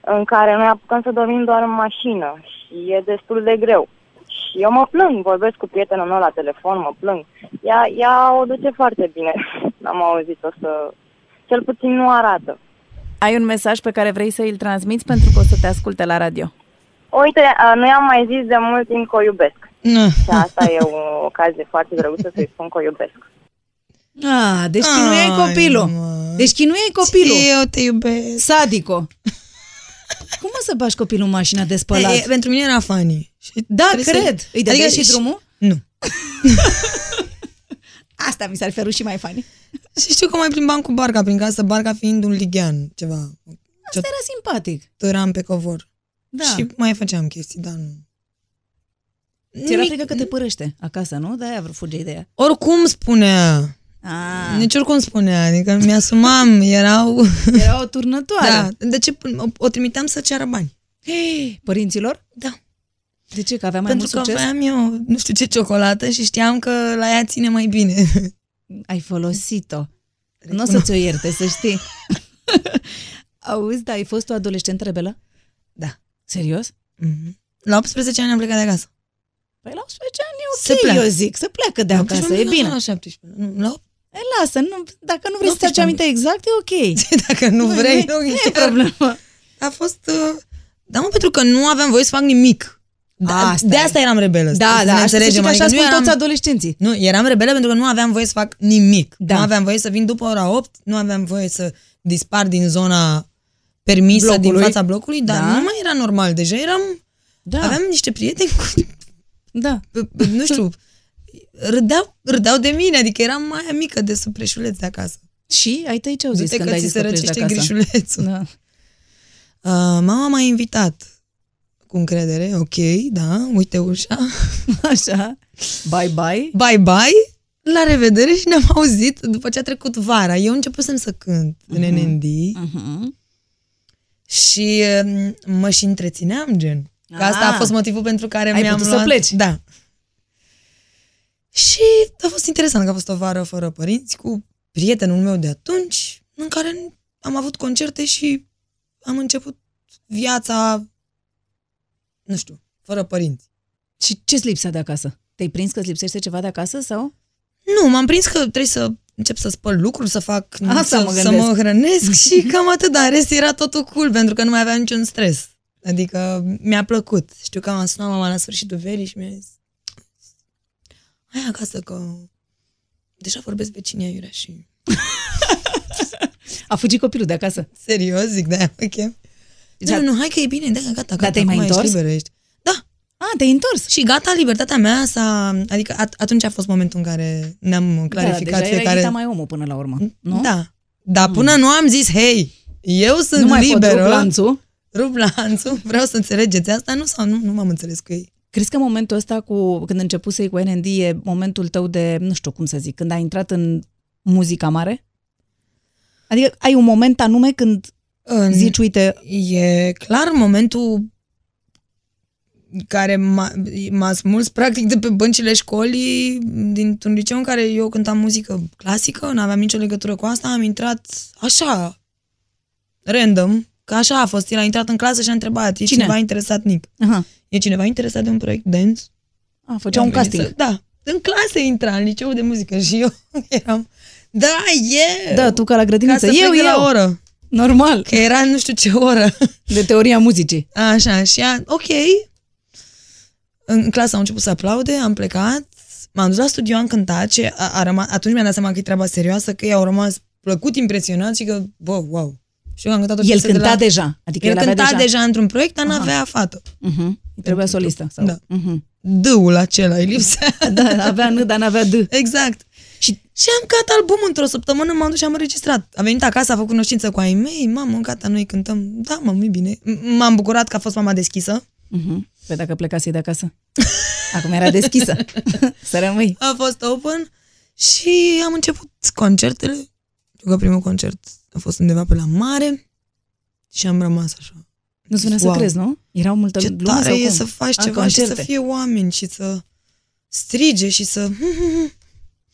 Speaker 7: în care noi apucăm să dormim doar în mașină și e destul de greu. Și eu mă plâng, vorbesc cu prietenul meu la telefon, mă plâng. Ea, ea o duce foarte bine, am auzit-o să... Cel puțin nu arată.
Speaker 6: Ai un mesaj pe care vrei să îl transmiți pentru că o să te asculte la radio?
Speaker 7: Uite, a, nu i-am mai zis de mult timp că o iubesc.
Speaker 4: Da.
Speaker 3: Nu.
Speaker 7: Și asta e o ocazie foarte drăguță să-i spun că o iubesc.
Speaker 4: Ah, deci chinuiai
Speaker 3: Ai,
Speaker 4: copilul.
Speaker 3: mă.
Speaker 4: Deci chinuiai copilul.
Speaker 3: Eu te iubesc.
Speaker 4: Sadico. Cum o să bași copilul în mașina de spălat?
Speaker 3: E, pentru mine era funny. Și
Speaker 4: Da,
Speaker 3: trebuie Adică
Speaker 4: cred. Îi dădeai și drumul?
Speaker 3: Nu.
Speaker 4: Asta mi s-ar fi și mai fani.
Speaker 3: Și știu că mai plimbam cu barca prin casă, barca fiind un lighean, ceva. Ce
Speaker 4: Asta era simpatic.
Speaker 3: tăram pe covor.
Speaker 4: Da.
Speaker 3: Și mai făceam chestii, dar nu.
Speaker 4: Ți-era
Speaker 3: Nimic.
Speaker 4: frică că te părăște acasă, nu? De-aia vă fuge ideea.
Speaker 3: Oricum spunea.
Speaker 4: Ah,
Speaker 3: Nici oricum spunea, adică mi-asumam, erau...
Speaker 4: era o turnătoare.
Speaker 3: Da, de ce o, o trimiteam să ceară bani?
Speaker 4: Părinților?
Speaker 3: Da.
Speaker 4: De ce? Că avea mai
Speaker 3: Pentru
Speaker 4: mult
Speaker 3: că
Speaker 4: succes?
Speaker 3: aveam eu nu știu ce ciocolată și știam că la ea ține mai bine.
Speaker 4: Ai folosit-o. Nu o să ți-o ierte, să știi. Auzi, da, ai fost o adolescentă rebelă?
Speaker 3: Da.
Speaker 4: Serios?
Speaker 3: Mhm. La 18 ani am plecat de acasă.
Speaker 4: Păi la 18 ani e ok,
Speaker 3: Se pleacă.
Speaker 4: eu zic, să pleacă de acasă, e bine.
Speaker 3: La 17. Nu, la 8.
Speaker 4: E, lasă, nu, dacă nu vrei
Speaker 3: Nu
Speaker 4: să ți
Speaker 3: știu.
Speaker 4: aminte exact, e ok.
Speaker 3: Dacă nu vrei,
Speaker 4: nu,
Speaker 3: nu,
Speaker 4: nu e
Speaker 3: chiar.
Speaker 4: problemă.
Speaker 3: A fost... Uh... Da, mă, pentru că nu aveam voie să fac nimic. Da,
Speaker 4: Ah, Asta
Speaker 3: de
Speaker 4: e.
Speaker 3: asta eram rebelă.
Speaker 4: Da,
Speaker 3: să
Speaker 4: da,
Speaker 3: ne
Speaker 4: așa,
Speaker 3: înțelegem.
Speaker 4: adică așa
Speaker 3: adică
Speaker 4: spun
Speaker 3: nu,
Speaker 4: toți
Speaker 3: eram,
Speaker 4: adolescenții.
Speaker 3: nu, eram rebelă pentru că nu aveam voie să fac nimic.
Speaker 4: Da.
Speaker 3: Nu aveam voie să vin după ora 8, nu aveam voie să dispar din zona permisă din
Speaker 4: Blocului.
Speaker 3: fața blocului, dar
Speaker 4: Da.
Speaker 3: da. nu mai era normal. Deja eram...
Speaker 4: Da,
Speaker 3: Aveam niște prieteni cu
Speaker 4: da.
Speaker 3: nu știu, râdeau, râdeau de mine, adică eram mai mică de sub preșuleț de acasă.
Speaker 4: Și ai tăi ce au zis
Speaker 3: Du-te
Speaker 4: când
Speaker 3: că
Speaker 4: ai
Speaker 3: ți
Speaker 4: zis
Speaker 3: se
Speaker 4: că pleci de
Speaker 3: răcește
Speaker 4: acasă?
Speaker 3: grișulețul.
Speaker 4: Da.
Speaker 3: Uh, mama m-a invitat cu încredere, ok, da, uite ușa,
Speaker 4: Așa, bye bye.
Speaker 3: bye bye, la revedere și ne-am auzit după ce a trecut vara. Eu începusem să cânt în NND
Speaker 4: Mhm.
Speaker 3: și uh, mă și întrețineam, gen. Că asta
Speaker 4: Ah.
Speaker 3: a fost motivul pentru care
Speaker 4: Ai
Speaker 3: mi-am
Speaker 4: putut să
Speaker 3: luat...
Speaker 4: pleci.
Speaker 3: Da. Și a fost interesant că a fost o vară fără părinți cu prietenul meu de atunci, în care am avut concerte și am început viața, nu știu, fără părinți.
Speaker 4: Și ce-ți lipsa de acasă? Te-ai prins că-ți lipsește ceva de acasă sau?
Speaker 3: Nu, m-am prins că trebuie să încep să spăl lucruri, să fac,
Speaker 4: Asta
Speaker 3: să,
Speaker 4: mă
Speaker 3: să
Speaker 4: gândesc.
Speaker 3: mă hrănesc și cam atât, dar în rest era totul cool pentru că nu mai aveam niciun stres. Adică mi-a plăcut. Știu că am sunat mama la sfârșitul verii și mi-a zis hai acasă că deja vorbesc vecinii aiurea și
Speaker 4: A fugit copilul de acasă.
Speaker 3: serios zic da, ok.
Speaker 4: Da.
Speaker 3: Da. Nu, nu, hai că e bine, da, gata, gata.
Speaker 4: te-ai mai
Speaker 3: acum ești
Speaker 4: întors?
Speaker 3: liberă, ești. Da,
Speaker 4: A, Ah, te-ai întors.
Speaker 3: Și gata, libertatea mea s-a... Adică at- atunci a fost momentul în care ne-am
Speaker 4: Da,
Speaker 3: clarificat
Speaker 4: deja erai
Speaker 3: fiecare... Mm?
Speaker 4: Rita mai omul până la urmă, nu?
Speaker 3: Da. Dar până Hmm. nu am zis, hei, Eu sunt
Speaker 4: nu mai
Speaker 3: liberă.
Speaker 4: pot rup lanțul.
Speaker 3: Rup lanțul. Vreau să înțelegeți asta, nu sau nu, nu m-am înțeles cu ei.
Speaker 4: Crezi că momentul ăsta cu, când începusei cu NND e momentul tău de, nu știu cum să zic, când ai intrat în muzica mare? Adică ai un moment anume când
Speaker 3: În...
Speaker 4: zici, uite,
Speaker 3: E clar momentul care m-a, m-a smuls practic de pe băncile școlii dintr-un liceu în care eu cântam muzică clasică, n-aveam nicio legătură cu asta, am intrat așa, random, că așa a fost, el a intrat în clasă și a întrebat, e
Speaker 4: Cine?
Speaker 3: cineva interesat, Nic?
Speaker 4: aha,
Speaker 3: E cineva interesat de un proiect dance?
Speaker 4: a, făcea
Speaker 3: Am
Speaker 4: un
Speaker 3: venit
Speaker 4: casting.
Speaker 3: Să, da, în clasă intra, în liceu de muzică și eu eram, da, e!
Speaker 4: Da, tu ca la
Speaker 3: ca
Speaker 4: grădiniță.
Speaker 3: să
Speaker 4: eu,
Speaker 3: plec de
Speaker 4: eu.
Speaker 3: la oră,
Speaker 4: Normal.
Speaker 3: că era nu știu ce oră.
Speaker 4: De teoria muzicii.
Speaker 3: Așa, și a, ok. În clasă au început să aplaude, am plecat, m-am dus la studio, am cântat și a, a rămas, atunci mi-am dat seama că e treaba serioasă, că ei au rămas plăcut, impresionați și că, bă, wow. Și eu am cântat o
Speaker 4: El
Speaker 3: piesă
Speaker 4: cânta
Speaker 3: de la...
Speaker 4: deja. Adică el,
Speaker 3: El
Speaker 4: avea
Speaker 3: cânta deja.
Speaker 4: deja.
Speaker 3: deja într-un proiect, dar n-avea fată.
Speaker 4: Uh-huh. Trebuia solistă. Sau...
Speaker 3: Da.
Speaker 4: Uh-huh.
Speaker 3: Dâul acela îi lipsea.
Speaker 4: da, avea N, dar n-avea D.
Speaker 3: Exact.
Speaker 4: Și-
Speaker 3: Și, și am cat album într-o săptămână, m-am dus și am înregistrat. Am venit acasă, am făcut cunoștință cu ai mei, mamă, gata, noi cântăm. Da, mă, nu bine. M- M-am bucurat că a fost mama deschisă.
Speaker 4: Uh-huh. Păi dacă plecase de acasă. Acum era deschisă. să rămâi.
Speaker 3: a fost open și am început concertele. Știu că primul concert a fost undeva pe la mare și am rămas așa.
Speaker 4: Nu-ți venea să
Speaker 3: Wow.
Speaker 4: crezi, nu? Erau multă
Speaker 3: Ce
Speaker 4: lume
Speaker 3: tare
Speaker 4: sau
Speaker 3: e
Speaker 4: cum?
Speaker 3: să faci
Speaker 4: A,
Speaker 3: ceva și să
Speaker 4: concerte.
Speaker 3: fie oameni și să strige și să...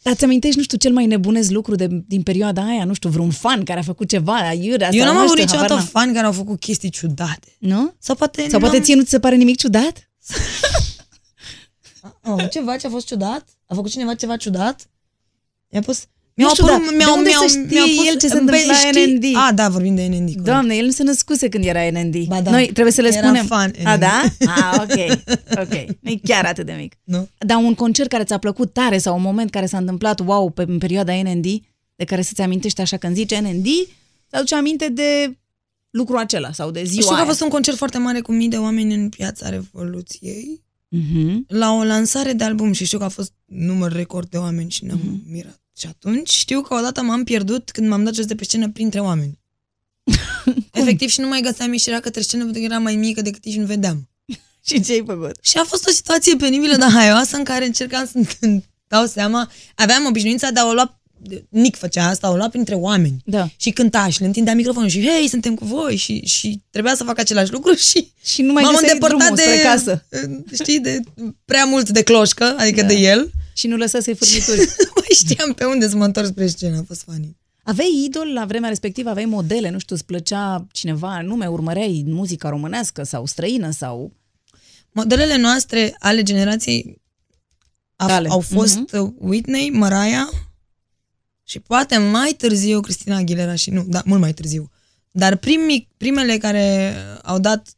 Speaker 4: Dar ți-amintești, nu știu, cel mai nebunez lucru de, din perioada aia? Nu știu, vreun fan care a făcut ceva, iurea
Speaker 3: Eu
Speaker 4: sau
Speaker 3: n-am
Speaker 4: nu
Speaker 3: avut
Speaker 4: știu,
Speaker 3: niciodată
Speaker 4: habar n-am.
Speaker 3: fani care au făcut chestii ciudate.
Speaker 4: Nu?
Speaker 3: Sau poate...
Speaker 4: Sau poate
Speaker 3: n-am-
Speaker 4: ție nu ți se pare nimic ciudat?
Speaker 3: Oh, ceva ce a fost ciudat? A făcut cineva ceva ciudat? I-a pus... Mi-au
Speaker 4: știu,
Speaker 3: apărut,
Speaker 4: dar
Speaker 3: mi-au,
Speaker 4: de unde
Speaker 3: mi-au,
Speaker 4: să
Speaker 3: mi-au
Speaker 4: știe
Speaker 3: pus,
Speaker 4: el ce se
Speaker 3: Băi,
Speaker 4: întâmpla la
Speaker 3: știi?
Speaker 4: NND?
Speaker 3: A, da, vorbim de NND. corect.
Speaker 4: Doamne, el nu se născuse când era NND.
Speaker 3: Ba da.
Speaker 4: Noi trebuie să le
Speaker 3: Era
Speaker 4: spunem.
Speaker 3: fan
Speaker 4: A,
Speaker 3: NND.
Speaker 4: da? A, ok. Ok. Nu e chiar atât de mic.
Speaker 3: Nu?
Speaker 4: Dar un concert care ți-a plăcut tare sau un moment care s-a întâmplat, wow, pe, în perioada NND, de care să-ți amintești așa când zici NND, îți aduce aminte de lucrul acela sau de ziua
Speaker 3: Știu că a
Speaker 4: aia.
Speaker 3: fost un concert foarte mare cu mii de oameni în piața Revoluției.
Speaker 4: Mhm.
Speaker 3: la o lansare de album și știu că a fost număr record de oameni și ne-am mirat. Și atunci știu că odată m-am pierdut când m-am dat jos de pe scenă printre oameni. Efectiv și nu mai găseam ieșirea către scenă pentru că era mai mică decât nici nu vedeam.
Speaker 4: Și ce ai făcut?
Speaker 3: Și a fost o situație penibilă, dar haioasă, în care încercam să îmi dau seama. Aveam obișnuința de a o lua, Nic făcea asta, o lua printre oameni.
Speaker 4: Da.
Speaker 3: Și cânta și le întindea microfonul și hei, suntem cu voi și, și trebuia să fac același lucru și
Speaker 4: Și nu mai
Speaker 3: m-am
Speaker 4: găseai
Speaker 3: îndepărtat
Speaker 4: drumul
Speaker 3: de,
Speaker 4: spre casă.
Speaker 3: știi, de prea mult de cloșcă, adică
Speaker 4: Da.
Speaker 3: de el.
Speaker 4: Și nu lăsa să-i furnituri.
Speaker 3: nu mai știam pe unde să mă întorc spre scenă, a fost funny.
Speaker 4: Aveai idol la vremea respectivă, aveai modele, nu știu, îți plăcea cineva anume, urmăreai muzica românească sau străină sau...
Speaker 3: Modelele noastre ale generației a,
Speaker 4: Tale. Mhm.
Speaker 3: au fost uh, Whitney, Mariah și poate mai târziu Cristina Aguilera și nu, da, mult mai târziu. Dar primii, primele care au dat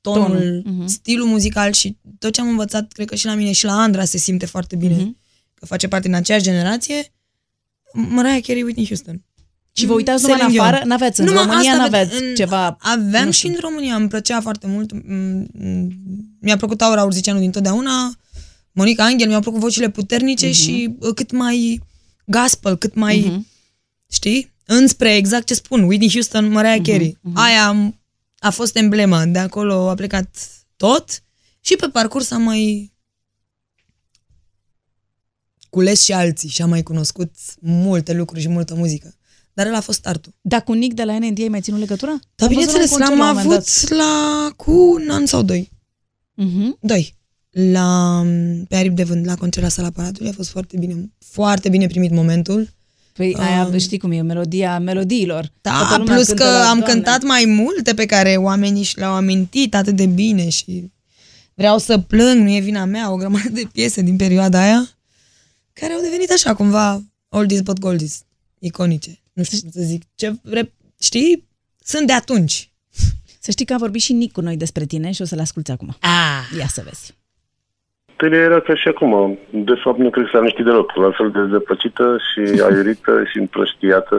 Speaker 3: tonul,
Speaker 4: Tonul,
Speaker 3: tonul.
Speaker 4: mhm.
Speaker 3: stilul muzical și tot ce am învățat, cred că și la mine și la Andra se simte foarte bine
Speaker 4: Mhm.
Speaker 3: că face parte din aceeași generație, Mariah Carey, Whitney Houston.
Speaker 4: Și vă uitați numai în
Speaker 3: Celine Dion.
Speaker 4: afară, n-aveți în
Speaker 3: Numai
Speaker 4: România,
Speaker 3: asta
Speaker 4: n-aveați
Speaker 3: vede- în-
Speaker 4: ceva...
Speaker 3: Aveam
Speaker 4: nu
Speaker 3: și
Speaker 4: știu.
Speaker 3: în România, îmi plăcea foarte mult. Mm, mm, Mi-a plăcut Aura Urzicianu dintotdeauna, Monica Angel, mi-au plăcut vocile puternice
Speaker 4: Mhm.
Speaker 3: și uh, cât mai gospel, cât mai, știi? Înspre exact ce spun, Whitney Houston, Mariah
Speaker 4: Mhm,
Speaker 3: Carey. Aia am- a fost emblema, de acolo a plecat tot și pe parcurs am mai cules și alții și am mai cunoscut multe lucruri și multă muzică. Dar el a fost startul.
Speaker 4: Dar cu Nick de la NND ai mai ținut legătura?
Speaker 3: Da,
Speaker 4: Am văzut la un
Speaker 3: bineînțeles,
Speaker 4: concert
Speaker 3: l-am
Speaker 4: la un moment dat.
Speaker 3: avut la cu un an sau doi.
Speaker 4: Mhm.
Speaker 3: Doi. La, pe aripi de vânt, la concert la sala Palatului, a fost foarte bine, foarte bine primit momentul.
Speaker 4: Păi aia, știi cum e, melodia melodiilor. Toată
Speaker 3: Ah. Da,
Speaker 4: lumea
Speaker 3: plus
Speaker 4: cântă
Speaker 3: că
Speaker 4: la
Speaker 3: am
Speaker 4: Doamne.
Speaker 3: cântat mai multe pe care oamenii și le-au amintit atât de bine și vreau să plâng, nu e vina mea, o grămadă de piese din perioada aia care au devenit așa cumva oldies but goldies, iconice. Nu știu cum să zic, ce, re- știi? Sunt de atunci.
Speaker 4: Să știi că a vorbit și Nick cu noi despre tine și o să-l asculti acum. Ah. Ia să vezi.
Speaker 8: Tele era ca și acum. De fapt, nu cred că s-a năștit deloc. La fel de dezăpăcită și aiurită și împrăștiată.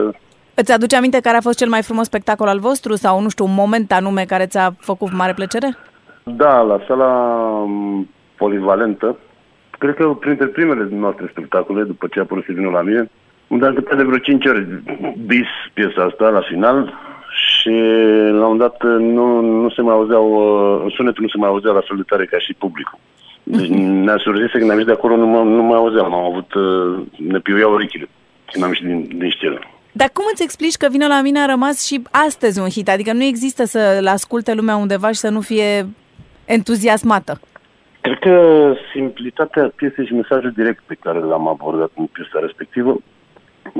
Speaker 6: Îți aduce aminte care a fost cel mai frumos spectacol al vostru sau, nu știu, un moment anume care ți-a făcut mare plăcere?
Speaker 8: Da, la sala m, polivalentă, cred că printre primele noastre spectacole, după ce a apărut Sirinul la mine, unde am cântat de vreo 5 ori bis piesa asta la final și la un dat nu, nu se mai auzeau, uh, sunetul nu se mai auzea la fel de tare ca și publicul. Deci ne-a surprins că când am ieșit de acolo nu mă, nu mă auzeam, am avut, uh, ne piuiau urechile când am ieșit din, din scenă.
Speaker 6: Dar cum îți explici că Vino la mine a rămas și astăzi un hit? Adică nu există să-l asculte lumea undeva și să nu fie entuziasmată.
Speaker 8: Cred că simplitatea piesei și mesajul direct pe care l-am abordat în piesa respectivă m-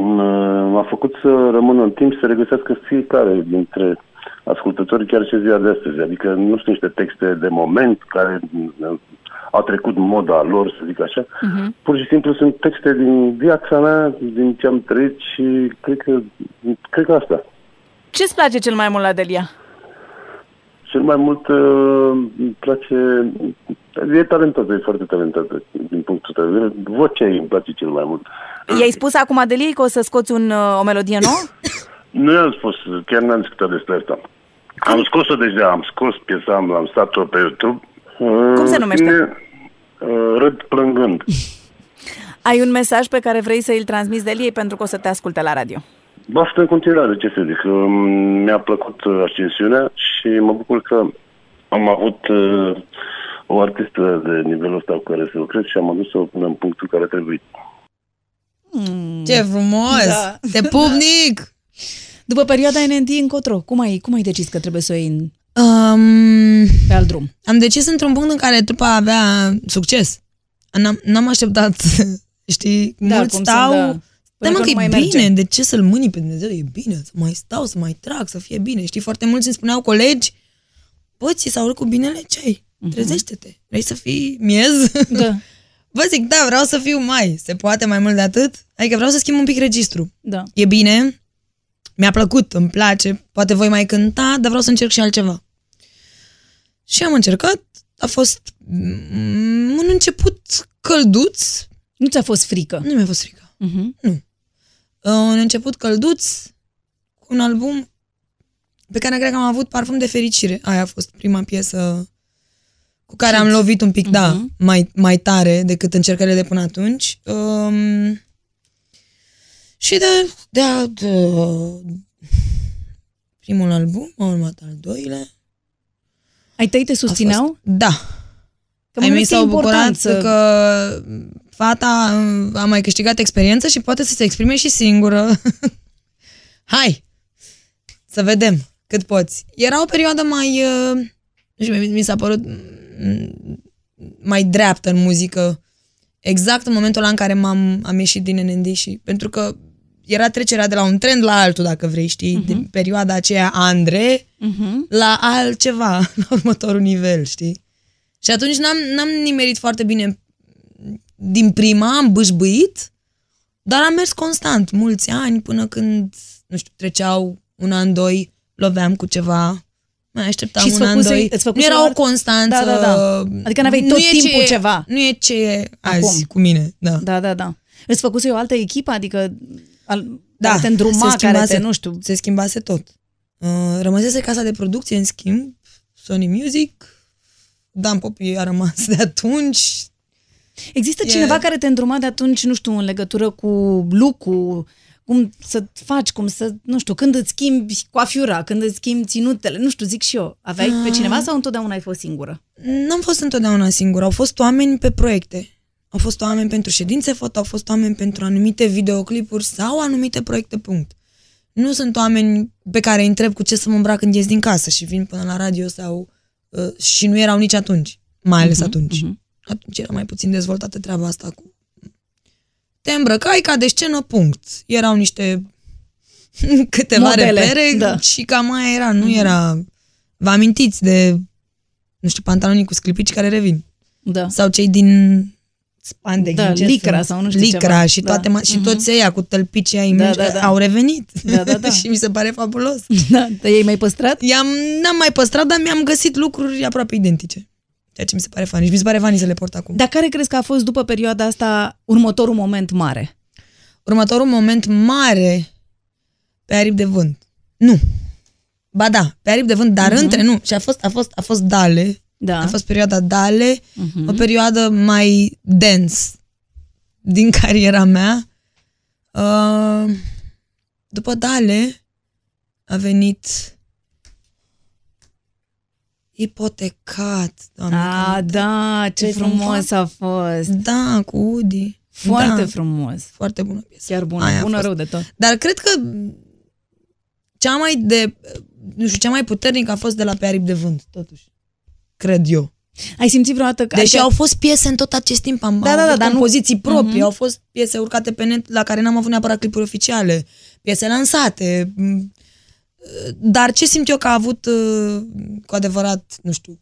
Speaker 8: m-a făcut să rămână în timp și să regăsească fiecare dintre ascultătorii chiar și ziua de astăzi. Adică nu sunt niște texte de moment care m- au trecut moda lor, să zic așa. Uh-huh. Pur și simplu sunt texte din viața mea, din ce am trăit și cred că, cred că asta.
Speaker 6: Ce-ți place cel mai mult la Delia?
Speaker 8: Cel mai mult uh, îmi place... E talentată, e foarte talentată din punctul tău de vedere. Vocea ei îmi place cel mai mult.
Speaker 6: I-ai spus acum Adeliei că o să scoți un, uh, o melodie nouă?
Speaker 8: Nu i-am spus, chiar n-am discutat despre asta. Am scos-o deja, am scos piesa, am, am stat-o pe YouTube.
Speaker 6: Cum se numește?
Speaker 8: uh, Râd plângând.
Speaker 6: Ai un mesaj pe care vrei să îl transmiți Deliei pentru că o să te asculte la radio.
Speaker 8: Baftă în continuare, ce să zic. Um, Mi-a plăcut uh, ascensiunea și mă bucur că am avut uh, o artistă de nivelul ăsta cu care să lucrez și am adus să o punem în punctul care trebuie.
Speaker 3: Ce
Speaker 4: Mm.
Speaker 3: frumos! Da. Te pup, Nic!
Speaker 4: După perioada NNT încotro, cum ai, cum ai decis că trebuie să o iei în-
Speaker 3: Um,
Speaker 4: pe alt drum?
Speaker 3: am decis într-un punct în care trupa avea succes. N-am, n-am așteptat, știi,
Speaker 4: Da,
Speaker 3: da, mulți
Speaker 4: cum să-
Speaker 3: stau...
Speaker 4: da.
Speaker 3: Da, mă,
Speaker 4: Până
Speaker 3: că
Speaker 4: când
Speaker 3: e
Speaker 4: mai
Speaker 3: bine,
Speaker 4: merge.
Speaker 3: de ce să-l mâni pe Dumnezeu? E bine, să mai stau, să mai trag, să fie bine. Știi, foarte mulți îmi spuneau colegi, bă, ți s-a urât cu binele, ce ai? Trezește-te, vrei să fii miez?
Speaker 4: Mhm. Da,
Speaker 3: Vă zic, da, vreau să fiu mai, se poate mai mult de atât? Adică vreau să schimb un pic registru.
Speaker 4: da.
Speaker 3: E bine, mi-a plăcut, îmi place, poate voi mai cânta, dar vreau să încerc și altceva. Și am încercat, a fost mm, un început călduț,
Speaker 4: Nu ți-a fost frică?
Speaker 3: nu mi-a fost frică.
Speaker 4: Mhm.
Speaker 3: Uh, un început călduț cu un album pe care cred că am avut Parfum de fericire. Aia a fost prima piesă cu care am lovit un pic, da,
Speaker 4: Mhm.
Speaker 3: mai, mai tare decât încercările de până atunci. Um, și de, de, a- de primul album, a urmat al doilea.
Speaker 4: Ai tăi te susțineau?
Speaker 3: A fost- Da.
Speaker 4: Că
Speaker 3: Ai
Speaker 4: mă
Speaker 3: mei
Speaker 4: gândesc că e
Speaker 3: s-au bucurat
Speaker 4: important
Speaker 3: să... că fata m, a mai câștigat experiență și poate să se exprime și singură. Hai! Să vedem cât poți. Era o perioadă mai... uh, Nu știu, mi- mi s-a părut m, mai dreaptă în muzică. Exact în momentul ăla în care m-am am ieșit din NND și... Pentru că era trecerea de la un trend la altul, dacă vrei, știi? Uh-huh. Din perioada aceea Andre
Speaker 4: Mhm.
Speaker 3: la altceva, la următorul nivel, știi? Și atunci n-am, n-am nimerit foarte bine din prima, am bâșbâit, dar am mers constant, mulți ani, până când, nu știu, treceau un an, doi, loveam cu ceva, mai așteptam
Speaker 4: Și îți
Speaker 3: un an,
Speaker 4: făcuse-
Speaker 3: doi.
Speaker 4: îți făcuse
Speaker 3: Nu era
Speaker 4: o
Speaker 3: o
Speaker 4: ar-
Speaker 3: constanță.
Speaker 4: Da, da, da. Adică n-aveai
Speaker 3: Nu
Speaker 4: tot
Speaker 3: e ce
Speaker 4: timpul
Speaker 3: e-
Speaker 4: ceva.
Speaker 3: Nu e ce e azi
Speaker 4: Acum.
Speaker 3: cu mine, da.
Speaker 4: Da, da, da. Îți făcuse o altă echipă, adică al, da,
Speaker 3: da,
Speaker 4: care te îndruma,
Speaker 3: se
Speaker 4: care
Speaker 3: schimbase-
Speaker 4: te, nu știu,
Speaker 3: Se schimbase tot. Uh, rămăsese casa de producție, în schimb, Sony Music, Dan Popi Da, a rămas de atunci.
Speaker 4: Există
Speaker 3: E-
Speaker 4: cineva care te îndruma de atunci, nu știu, în legătură cu lucru, cum să faci, cum să, nu știu, când îți schimbi coafiura, când îți schimbi ținutele, nu știu, zic și eu. Aveai
Speaker 6: Ah.
Speaker 4: pe cineva sau întotdeauna ai fost singură?
Speaker 3: N-am fost întotdeauna singură, au fost oameni pe proiecte. Au fost oameni pentru ședințe foto, au fost oameni pentru anumite videoclipuri sau anumite proiecte, punct. Nu sunt oameni pe care îi întreb cu ce să mă îmbrac când ies din casă și vin până la radio sau... Uh, și nu erau nici atunci, mai ales atunci. Atunci era mai puțin dezvoltată treaba asta cu... Te îmbrăcai ca de scenă, punct. Erau niște câteva
Speaker 4: Modele,
Speaker 3: repere
Speaker 4: da. Mhm.
Speaker 3: și cam aia era, nu era... Vă amintiți de, nu știu, pantalonii cu sclipici care revin?
Speaker 4: Da.
Speaker 3: sau cei din spandex,
Speaker 4: Da,
Speaker 3: din ce
Speaker 4: licra
Speaker 3: sunt?
Speaker 4: sau nu știu
Speaker 3: licra
Speaker 4: ceva.
Speaker 3: și
Speaker 4: Da.
Speaker 3: toate ma- și toți ăia cu tălpicii ai da, da, da. au revenit.
Speaker 4: Da, da, da.
Speaker 3: și mi se pare fabulos.
Speaker 4: da. Te ei mai păstrat?
Speaker 3: I-am n-am mai păstrat, dar mi-am găsit lucruri aproape identice. Ceea ce mi se pare funny. Și mi se pare funny să le port acum.
Speaker 4: Dar care crezi că a fost după perioada asta următorul moment mare?
Speaker 3: Următorul moment mare pe aripi de vânt. Nu. Ba da, pe aripi de vânt, dar între nu. Și a fost, a fost, a fost Dale.
Speaker 4: Mhm. Da. Mhm.
Speaker 3: A fost perioada Dale, o perioadă mai dens din cariera mea. Uh, după Dale a venit Ipotecat. Doamne,
Speaker 4: A,
Speaker 3: că-
Speaker 4: da, ce
Speaker 3: Ce
Speaker 4: frumos a fost.
Speaker 3: Da, cu Udi.
Speaker 4: Foarte
Speaker 3: da,
Speaker 4: frumos.
Speaker 3: Foarte bună piesă.
Speaker 4: Chiar bună,
Speaker 3: Aia a
Speaker 4: bună
Speaker 3: fost.
Speaker 4: rău de tot.
Speaker 3: Dar cred că cea mai de, nu știu, cea mai puternică a fost de la Pe Aripi de Vânt, totuși. Cred eu.
Speaker 4: Ai simțit vreodată că...
Speaker 3: Deși
Speaker 4: adică-
Speaker 3: au fost piese în tot acest timp, am
Speaker 4: Da,
Speaker 3: au
Speaker 4: da,
Speaker 3: avut
Speaker 4: da, dar nu-
Speaker 3: compoziții proprii, au fost piese urcate pe net la care n-am avut neapărat clipuri oficiale, piese lansate. m, Dar ce simt eu că a avut uh, cu adevărat, nu știu,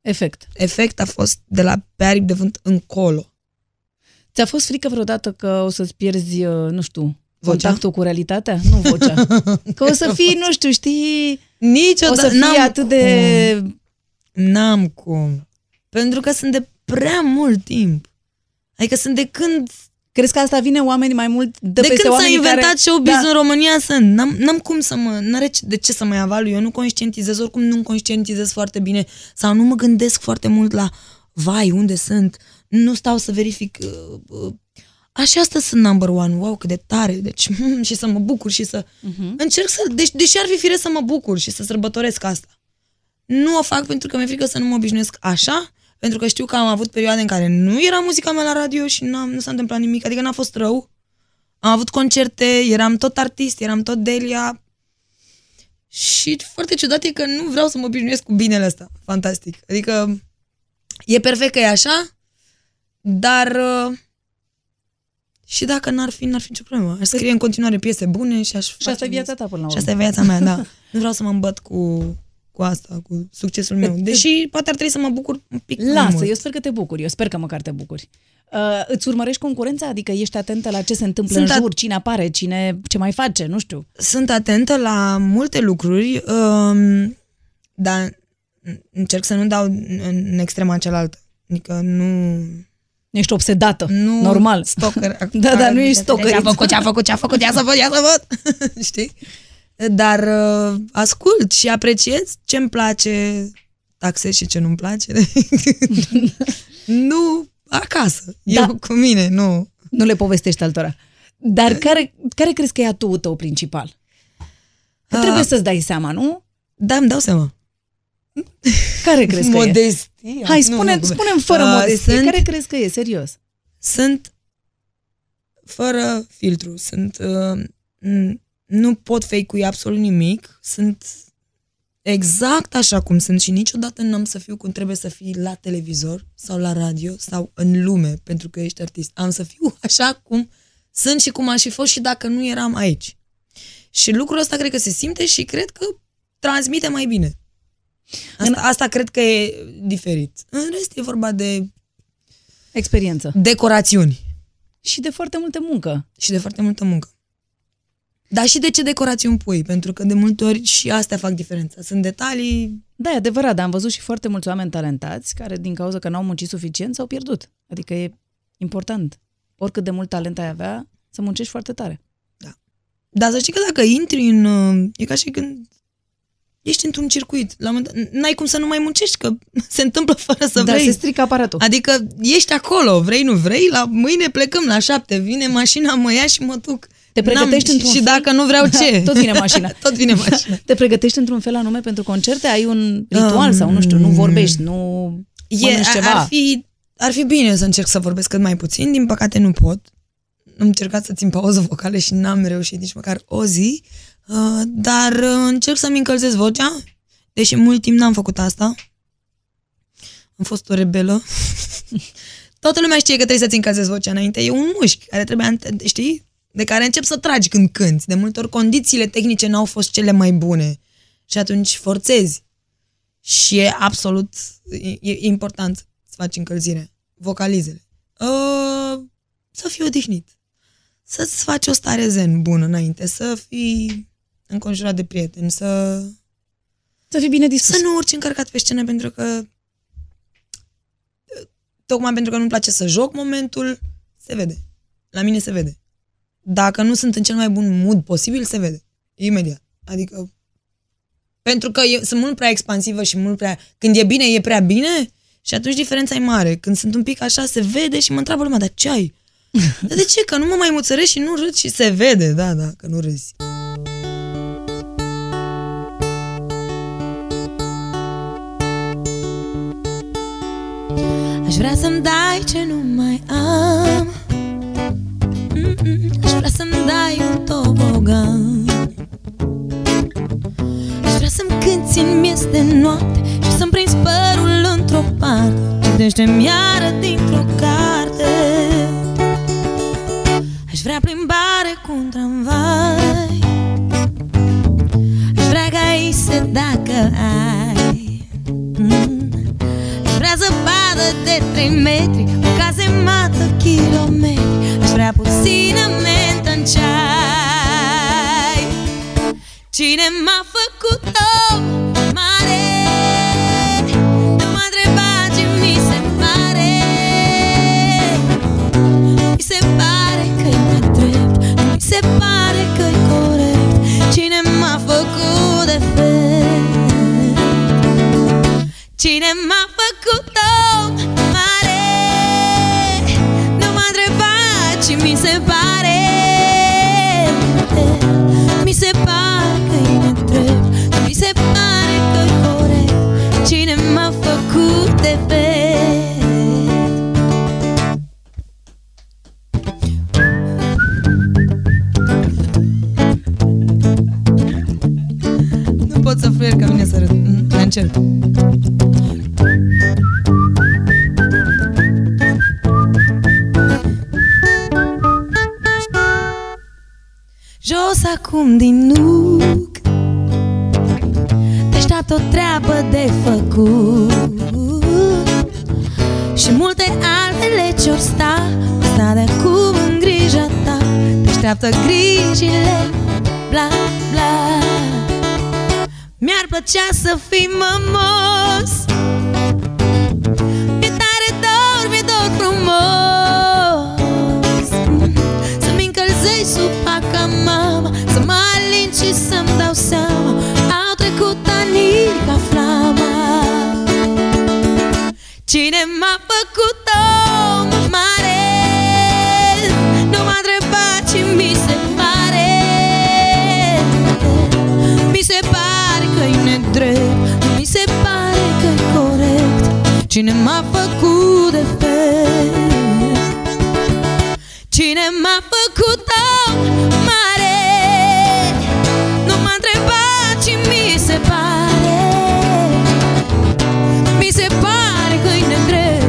Speaker 4: Efect.
Speaker 3: efect a fost de la pe aripi de vânt încolo.
Speaker 4: Ți-a fost frică vreodată că o să-ți pierzi, uh, nu știu,
Speaker 3: Vocea?
Speaker 4: contactul cu realitatea? Nu vocea. Că o să fii, nu știu, știi, o
Speaker 3: Niciodată
Speaker 4: să fii
Speaker 3: n-am
Speaker 4: atât de...
Speaker 3: N-am cum. Pentru că sunt de prea mult timp. Adică sunt de când
Speaker 4: Crezi că asta vine oamenii mai mult de,
Speaker 3: de,
Speaker 4: peste
Speaker 3: când s-a
Speaker 4: oamenii
Speaker 3: inventat
Speaker 4: care...
Speaker 3: showbiz
Speaker 4: Da.
Speaker 3: în România sunt. N-am, n-am cum să mă... N-are ce- de ce să mă avalu. Eu nu conștientizez, oricum nu conștientizez foarte bine. Sau nu mă gândesc foarte mult la vai, unde sunt. Nu stau să verific... Uh, uh, Așa asta sunt number one, wow, cât de tare, deci și să mă bucur și să...
Speaker 4: Mhm.
Speaker 3: Uh-huh. Încerc să... Deci, deși ar fi firesc să mă bucur și să sărbătoresc asta. Nu o fac pentru că mi-e frică să nu mă obișnuiesc așa, pentru că știu că am avut perioade în care nu era muzica mea la radio și n-am, nu s-a întâmplat nimic, adică n-a fost rău, am avut concerte, eram tot artist, eram tot Delia. Și foarte ciudat e că nu vreau să mă obișnuiesc cu binele ăsta. Fantastic. Adică e perfect că e așa, dar uh, și dacă n-ar fi, n-ar fi nicio problemă. Aș scrie în continuare piese bune și aș
Speaker 4: Și asta e viața ta până la
Speaker 3: Și
Speaker 4: urmă.
Speaker 3: asta e viața mea, da. Nu vreau să mă îmbăt cu, cu asta, cu succesul meu. Deși poate ar trebui să mă bucur un pic mai
Speaker 4: Lasă,
Speaker 3: mult.
Speaker 4: eu sper că te bucuri, eu sper că măcar te bucuri. Uh, îți urmărești concurența? Adică ești atentă la ce se întâmplă
Speaker 3: Sunt
Speaker 4: în
Speaker 3: at-
Speaker 4: jur, cine apare, cine ce mai face, nu știu.
Speaker 3: sunt atentă la multe lucruri, um, dar încerc să nu dau în- în extrema cealaltă. Adică nu...
Speaker 4: Ești obsedată,
Speaker 3: nu
Speaker 4: normal.
Speaker 3: Stalker. Adică
Speaker 4: Da, da, nu ești stalker.
Speaker 3: Ce-a făcut, ce-a făcut, ce-a făcut, ia să văd, ia să văd. Știi? Dar uh, ascult și apreciez ce-mi place, taxez și ce nu-mi place. nu acasă, da.
Speaker 4: Da.
Speaker 3: eu cu mine, nu.
Speaker 4: Nu le povestești altora. Dar care, care crezi că e atuul tău principal? Că
Speaker 3: Ah.
Speaker 4: trebuie să-ți dai seama, nu?
Speaker 3: Da, îmi dau seama.
Speaker 4: Care crezi că e?
Speaker 3: Modestia.
Speaker 4: Hai,
Speaker 3: Nu,
Speaker 4: spune,
Speaker 3: nu, glume.
Speaker 4: spune fără
Speaker 3: Uh,
Speaker 4: modestie.
Speaker 3: sunt-
Speaker 4: Care crezi că e, serios?
Speaker 3: sunt fără filtru, sunt uh, n- nu pot fake absolut nimic, sunt exact așa cum sunt și niciodată n-am să fiu cum trebuie să fii la televizor sau la radio sau în lume pentru că ești artist. Am să fiu așa cum sunt și cum aș fi fost și dacă nu eram aici. Și lucrul ăsta cred că se simte și cred că transmite mai bine. Asta, asta cred că e diferit. În rest e vorba de
Speaker 4: Experiență.
Speaker 3: decorațiuni
Speaker 4: Și de foarte multă muncă.
Speaker 3: și de foarte multă muncă. Dar și de ce decorațiuni pui? Pentru că de multe ori și astea fac diferența. Sunt detalii,
Speaker 4: Da, e adevărat, dar am văzut și foarte mulți oameni talentați care, din cauza că n-au muncit suficient, s-au pierdut. Adică e important. Oricât de mult talent ai avea, să muncești foarte tare.
Speaker 3: dar să știi că dacă intri în... uh, E ca și când ești într-un circuit. La un moment dat, n- n-ai cum să nu mai muncești, că se întâmplă fără să
Speaker 4: Dar
Speaker 3: vrei.
Speaker 4: Da, se strică aparatul.
Speaker 3: Adică ești acolo, vrei, nu vrei, la mâine plecăm la șapte, vine mașina, mă ia și mă duc.
Speaker 4: Te
Speaker 3: N-am-
Speaker 4: pregătești într-un
Speaker 3: Și
Speaker 4: fel?
Speaker 3: dacă nu vreau ce?
Speaker 4: Tot vine mașina.
Speaker 3: Tot vine mașina.
Speaker 4: Te pregătești într-un fel anume pentru concerte? Ai un ritual
Speaker 3: Um,
Speaker 4: sau nu știu, nu vorbești, nu
Speaker 3: E,
Speaker 4: mănânci ceva?
Speaker 3: Ar fi, ar fi bine să încerc să vorbesc cât mai puțin, din păcate nu pot. Am încercat să țin pauză vocală și n-am reușit nici măcar o zi, uh, dar uh, încerc să-mi încălzesc vocea, deși mult timp n-am făcut asta. Am fost o rebelă. Toată lumea știe că trebuie să-ți încălzesc vocea înainte. E un mușchi care trebuie, ant- știi? De care încep să tragi când cânti. De multe ori condițiile tehnice n-au fost cele mai bune. Și atunci forțezi. Și e absolut e, e important să faci încălzire. Vocalizele. Uh, să fii odihnit. Să-ți faci o stare zen bună înainte. Să fii înconjurat de prieteni. Să
Speaker 4: Să fii bine dispus.
Speaker 3: să nu urci încărcat pe scenă pentru că tocmai pentru că nu-mi place să joc momentul, se vede. La mine se vede. Dacă nu sunt în cel mai bun mood posibil, se vede. Imediat. Adică pentru că eu, sunt mult prea expansivă și mult prea... Când e bine, e prea bine și atunci diferența e mare. Când sunt un pic așa, se vede și mă întreabă lumea, dar ce ai? Dar de ce? Că nu mă mai muțărești și nu râd și se vede. Da, da, că nu râzi. vrea să-mi dai ce nu mai am Mm-mm, Aș vrea să-mi dai un tobogan Aș vrea să-mi cânti în miez de noapte Și să-mi prinzi părul într-o parte Citește-mi iară dintr-o carte Aș vrea plimbare cu un tramvai Aș vrea gaise dacă ai mm. Aș vrea zăpadă de 3 metri O cazemată kilometri Aș vrea puțină mentă în ceai Cine m-a făcut om mare Nu m-a întrebat ce mi se pare Mi se pare că e mai drept Nu mi se pare că e corect Cine m-a făcut de fel Cine m-a făcut om mare Nu m-a întrebat ce mi se pare Mi se pare că e nedrept Mi se pare că e corect Cine m-a făcut de fel Nu pot să fluier ca mine să râd Mm, Dar încerc Jos acum din nuc Te așteaptă o treabă de făcut Și multe altele ce-or sta Sta de acum în grija ta Te așteaptă grijile Bla, bla mi-ar plăcea să fii mămos Mi-e tare dor, mi-e dor frumos Să-mi încălzești sub paca mama Să mă alin și să-mi dau seama Au trecut ani ca flama Cine m-a făcut om mare Nu m-a întrebat ce mi se pare Mi se pare că e nedrept Mi se pare că e corect Cine m-a făcut de fel Cine m-a făcut om mare Nu m-a întrebat ce mi se pare Mi se pare că e nedrept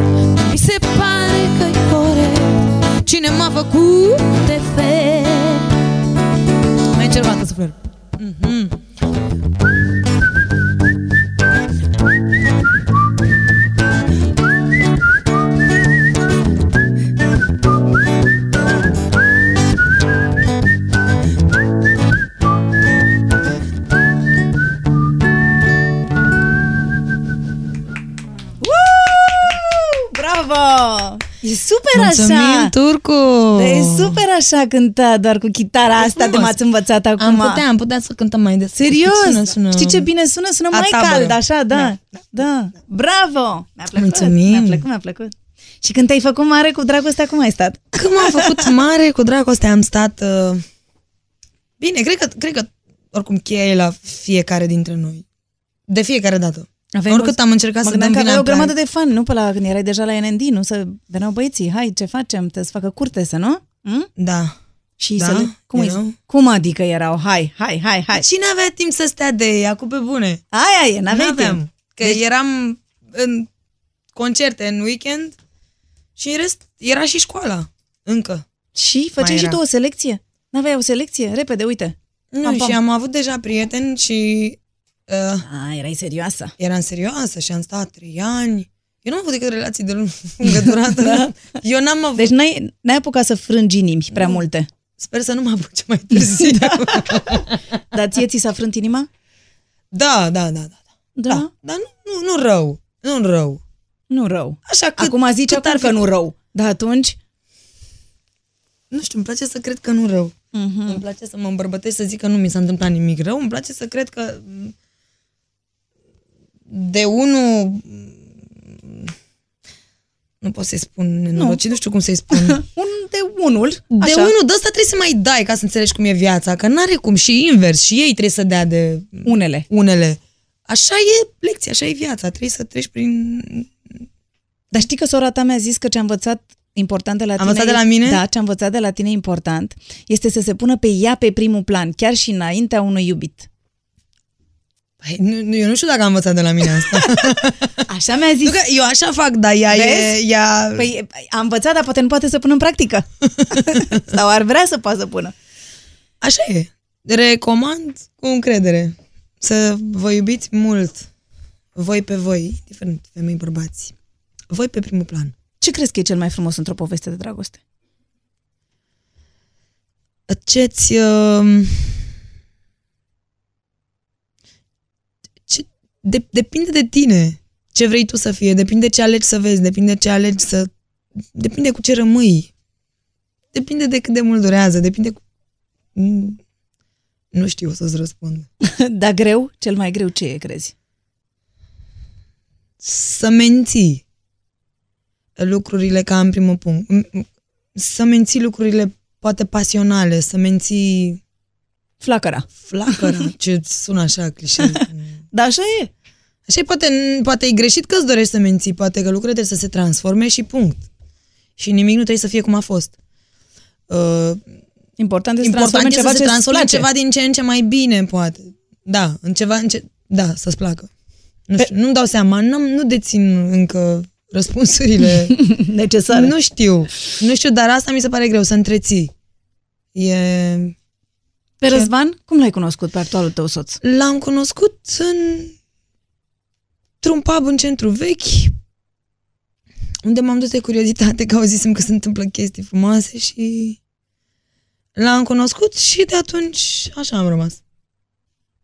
Speaker 3: Mi se pare că e corect Cine m-a făcut de fel Mai încerc o dată să flirt.
Speaker 4: Bravo! E super așa!
Speaker 3: Mulțumim, Turcu!
Speaker 4: Da, E super așa cântat, doar cu chitara asta de
Speaker 3: frumos.
Speaker 4: m-ați învățat acum.
Speaker 3: Am putea, am putea să cântăm mai des.
Speaker 4: Serios?
Speaker 3: Sună, sună...
Speaker 4: Știi ce bine sună? Sună
Speaker 3: A
Speaker 4: mai
Speaker 3: tabără.
Speaker 4: cald, așa, da. Da.
Speaker 3: Da,
Speaker 4: da. da. Bravo! Mi-a plăcut,
Speaker 3: Mulțumim.
Speaker 4: mi-a plăcut, mi-a plăcut. Și când te-ai făcut mare cu dragostea, cum ai stat?
Speaker 3: Când m-am făcut mare cu dragoste, am stat... Uh... Bine, cred că, cred că oricum cheia e la fiecare dintre noi. De fiecare dată.
Speaker 4: Aveai
Speaker 3: Oricât
Speaker 4: mulți-
Speaker 3: am încercat să
Speaker 4: mă gândeam
Speaker 3: dăm
Speaker 4: că aveai
Speaker 3: vina
Speaker 4: o
Speaker 3: pe
Speaker 4: grămadă de fani, nu pe la când erai deja la NND, nu? Să veneau băieții, hai, ce facem? Te să facă curte, să nu? Hm?
Speaker 3: Da.
Speaker 4: Și
Speaker 3: Da,
Speaker 4: să le... cum,
Speaker 3: erau.
Speaker 4: îi... cum adică erau? Hai, hai, hai, hai.
Speaker 3: Cine avea timp să stea de ea, cu pe bune?
Speaker 4: Aia e, n-aveai timp.
Speaker 3: N-aveam. Că deci... eram în concerte în weekend și în rest era și școala. Încă.
Speaker 4: Și făceai
Speaker 3: Mai
Speaker 4: și
Speaker 3: era.
Speaker 4: tu o selecție? N-aveai o selecție? Repede, uite.
Speaker 3: Nu,
Speaker 4: Pam,
Speaker 3: pam,
Speaker 4: pam.
Speaker 3: pam. și am avut deja prieteni și uh,
Speaker 4: A, erai serioasă.
Speaker 3: eram serioasă și am stat trei ani. Eu n-am avut decât relații de lungă durată. da. Eu n-am avut...
Speaker 4: Deci n-ai, n-ai apucat să frângi inimi prea multe.
Speaker 3: Sper să nu mă apuce mai târziu. da.
Speaker 4: Dar ție ți s-a frânt inima?
Speaker 3: da, da, da, da. Da, dar nu, nu, nu rău. Nu rău.
Speaker 4: Nu rău.
Speaker 3: Așa că...
Speaker 4: Acum zici
Speaker 3: cât
Speaker 4: acum
Speaker 3: ar
Speaker 4: că
Speaker 3: fi-
Speaker 4: nu rău. Dar atunci...
Speaker 3: Nu știu, îmi place să cred că nu rău. Mm. Îmi place să mă îmbărbătesc să zic că nu mi s-a întâmplat nimic rău. Îmi place să cred că m, de unul m, nu pot să-i spun nenorocit, nu. nu știu cum să-i spun.
Speaker 4: Un de unul.
Speaker 3: De
Speaker 4: așa.
Speaker 3: unul de ăsta trebuie să mai dai ca să înțelegi cum e viața, că n-are cum și invers, și ei trebuie să dea de
Speaker 4: Unele.
Speaker 3: unele. Așa e lecția, așa e viața, trebuie să treci prin
Speaker 4: Dar știi că sora ta mi-a zis că ce-a învățat important de la tine...
Speaker 3: învățat de la mine?
Speaker 4: Da, ce-a învățat de la tine important este să se pună pe ea pe primul plan, chiar și înaintea unui iubit.
Speaker 3: Păi, nu, nu, eu nu știu dacă am învățat de la mine asta.
Speaker 4: Așa mi-a zis.
Speaker 3: nu că eu așa fac, dar ea e...
Speaker 4: Vezi?
Speaker 3: Ea...
Speaker 4: Păi a învățat, dar poate nu poate să pună în practică. Sau ar vrea să poată să pună.
Speaker 3: Așa e. Recomand cu încredere să vă iubiți mult. Voi pe voi, diferent femei bărbați. Voi pe primul plan.
Speaker 4: Ce crezi că e cel mai frumos într-o poveste de dragoste?
Speaker 3: Ce-ți... uh, Ce, de, depinde de tine ce vrei tu să fie, depinde ce alegi să vezi, depinde ce alegi să... Depinde cu ce rămâi. Depinde de cât de mult durează, depinde cu... Mm, Nu știu să-ți răspund.
Speaker 4: da, greu? Cel mai greu ce e, crezi?
Speaker 3: să menții lucrurile ca în primul punct. M- m- Să menții lucrurile poate pasionale, să menții
Speaker 4: Flacăra.
Speaker 3: flacăra, ce sună așa clișeu.
Speaker 4: Da, așa e.
Speaker 3: Așa e, poate, poate e greșit că îți dorești să menții, poate că lucrurile trebuie să se transforme și punct. Și nimic nu trebuie să fie cum a fost. Uh,
Speaker 4: Important e să
Speaker 3: important
Speaker 4: transforme
Speaker 3: e
Speaker 4: ceva
Speaker 3: să se
Speaker 4: ce îți
Speaker 3: transforme în
Speaker 4: place.
Speaker 3: ceva din ce în ce mai bine, poate. Da, în ceva, în ce... da, să-ți placă. Nu știu, nu-mi dau seama, nu, nu dețin încă răspunsurile
Speaker 4: necesar.
Speaker 3: Nu știu. Nu știu, dar asta mi se pare greu, să întreții. E...
Speaker 4: Pe Răzvan, cum l-ai cunoscut pe actualul tău soț?
Speaker 3: L-am cunoscut în... într-un pub în centru vechi, unde m-am dus de curiozitate că auzisem că se întâmplă chestii frumoase și l-am cunoscut și de atunci așa am rămas.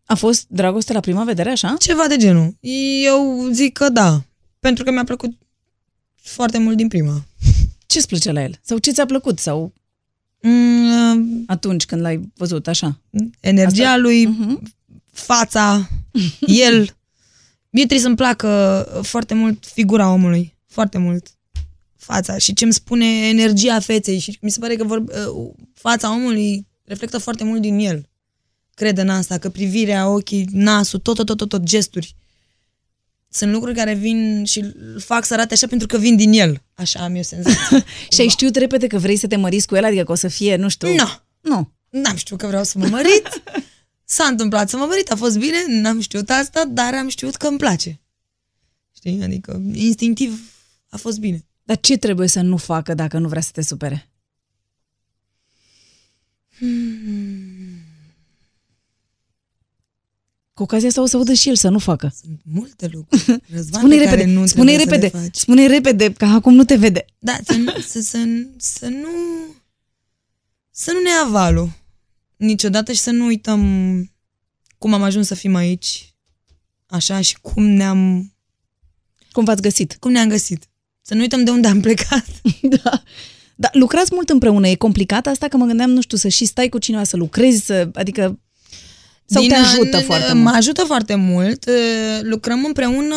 Speaker 4: A fost dragoste la prima vedere, așa?
Speaker 3: Ceva de genul. Eu zic că da, pentru că mi-a plăcut foarte mult din prima.
Speaker 4: Ce îți place la el? Sau ce ți-a plăcut? Sau
Speaker 3: Mm,
Speaker 4: atunci când l-ai văzut, așa?
Speaker 3: energia lui, fața, el. Mie trebuie să-mi placă foarte mult figura omului, foarte mult fața și ce îmi spune energia feței și mi se pare că vor, fața omului reflectă foarte mult din el. Cred în asta, că privirea, ochii, nasul, tot, tot, tot, tot, tot gesturi. Sunt lucruri care vin și îl fac să arate așa pentru că vin din el. Așa am eu senzația.
Speaker 4: Și ai știut repede că vrei să te măriți cu el, adică că o să fie, nu știu...
Speaker 3: Nu.
Speaker 4: Nu.
Speaker 3: N-am știut că vreau să mă mărit. S-a întâmplat să mă mărit, a fost bine, n-am știut asta, dar am știut că îmi place. Știi? Adică, instinctiv, a fost bine.
Speaker 4: Dar ce trebuie să nu facă dacă nu vrea să te supere? Hmm. Cu ocazia asta o să audă și el să nu facă.
Speaker 3: Sunt multe lucruri. Răzvan
Speaker 4: Spune-i
Speaker 3: pe care
Speaker 4: repede,
Speaker 3: nu
Speaker 4: spune-i
Speaker 3: trebuie să
Speaker 4: repede,
Speaker 3: le faci.
Speaker 4: spune-i repede, că acum nu te vede.
Speaker 3: Da, să, nu- să, să, să nu... Să nu ne ia valul niciodată și să nu uităm cum am ajuns să fim aici, așa, și cum ne-am,
Speaker 4: Cum v-ați găsit?
Speaker 3: cum ne-am găsit. Să nu uităm de unde am plecat.
Speaker 4: da. Dar lucrați mult împreună, e complicat asta că mă gândeam, nu știu, să și stai cu cineva, să lucrezi, să, adică... Sau
Speaker 3: Din
Speaker 4: te
Speaker 3: an-
Speaker 4: ajută foarte
Speaker 3: Mă
Speaker 4: mult.
Speaker 3: ajută foarte mult. Uh, Lucrăm împreună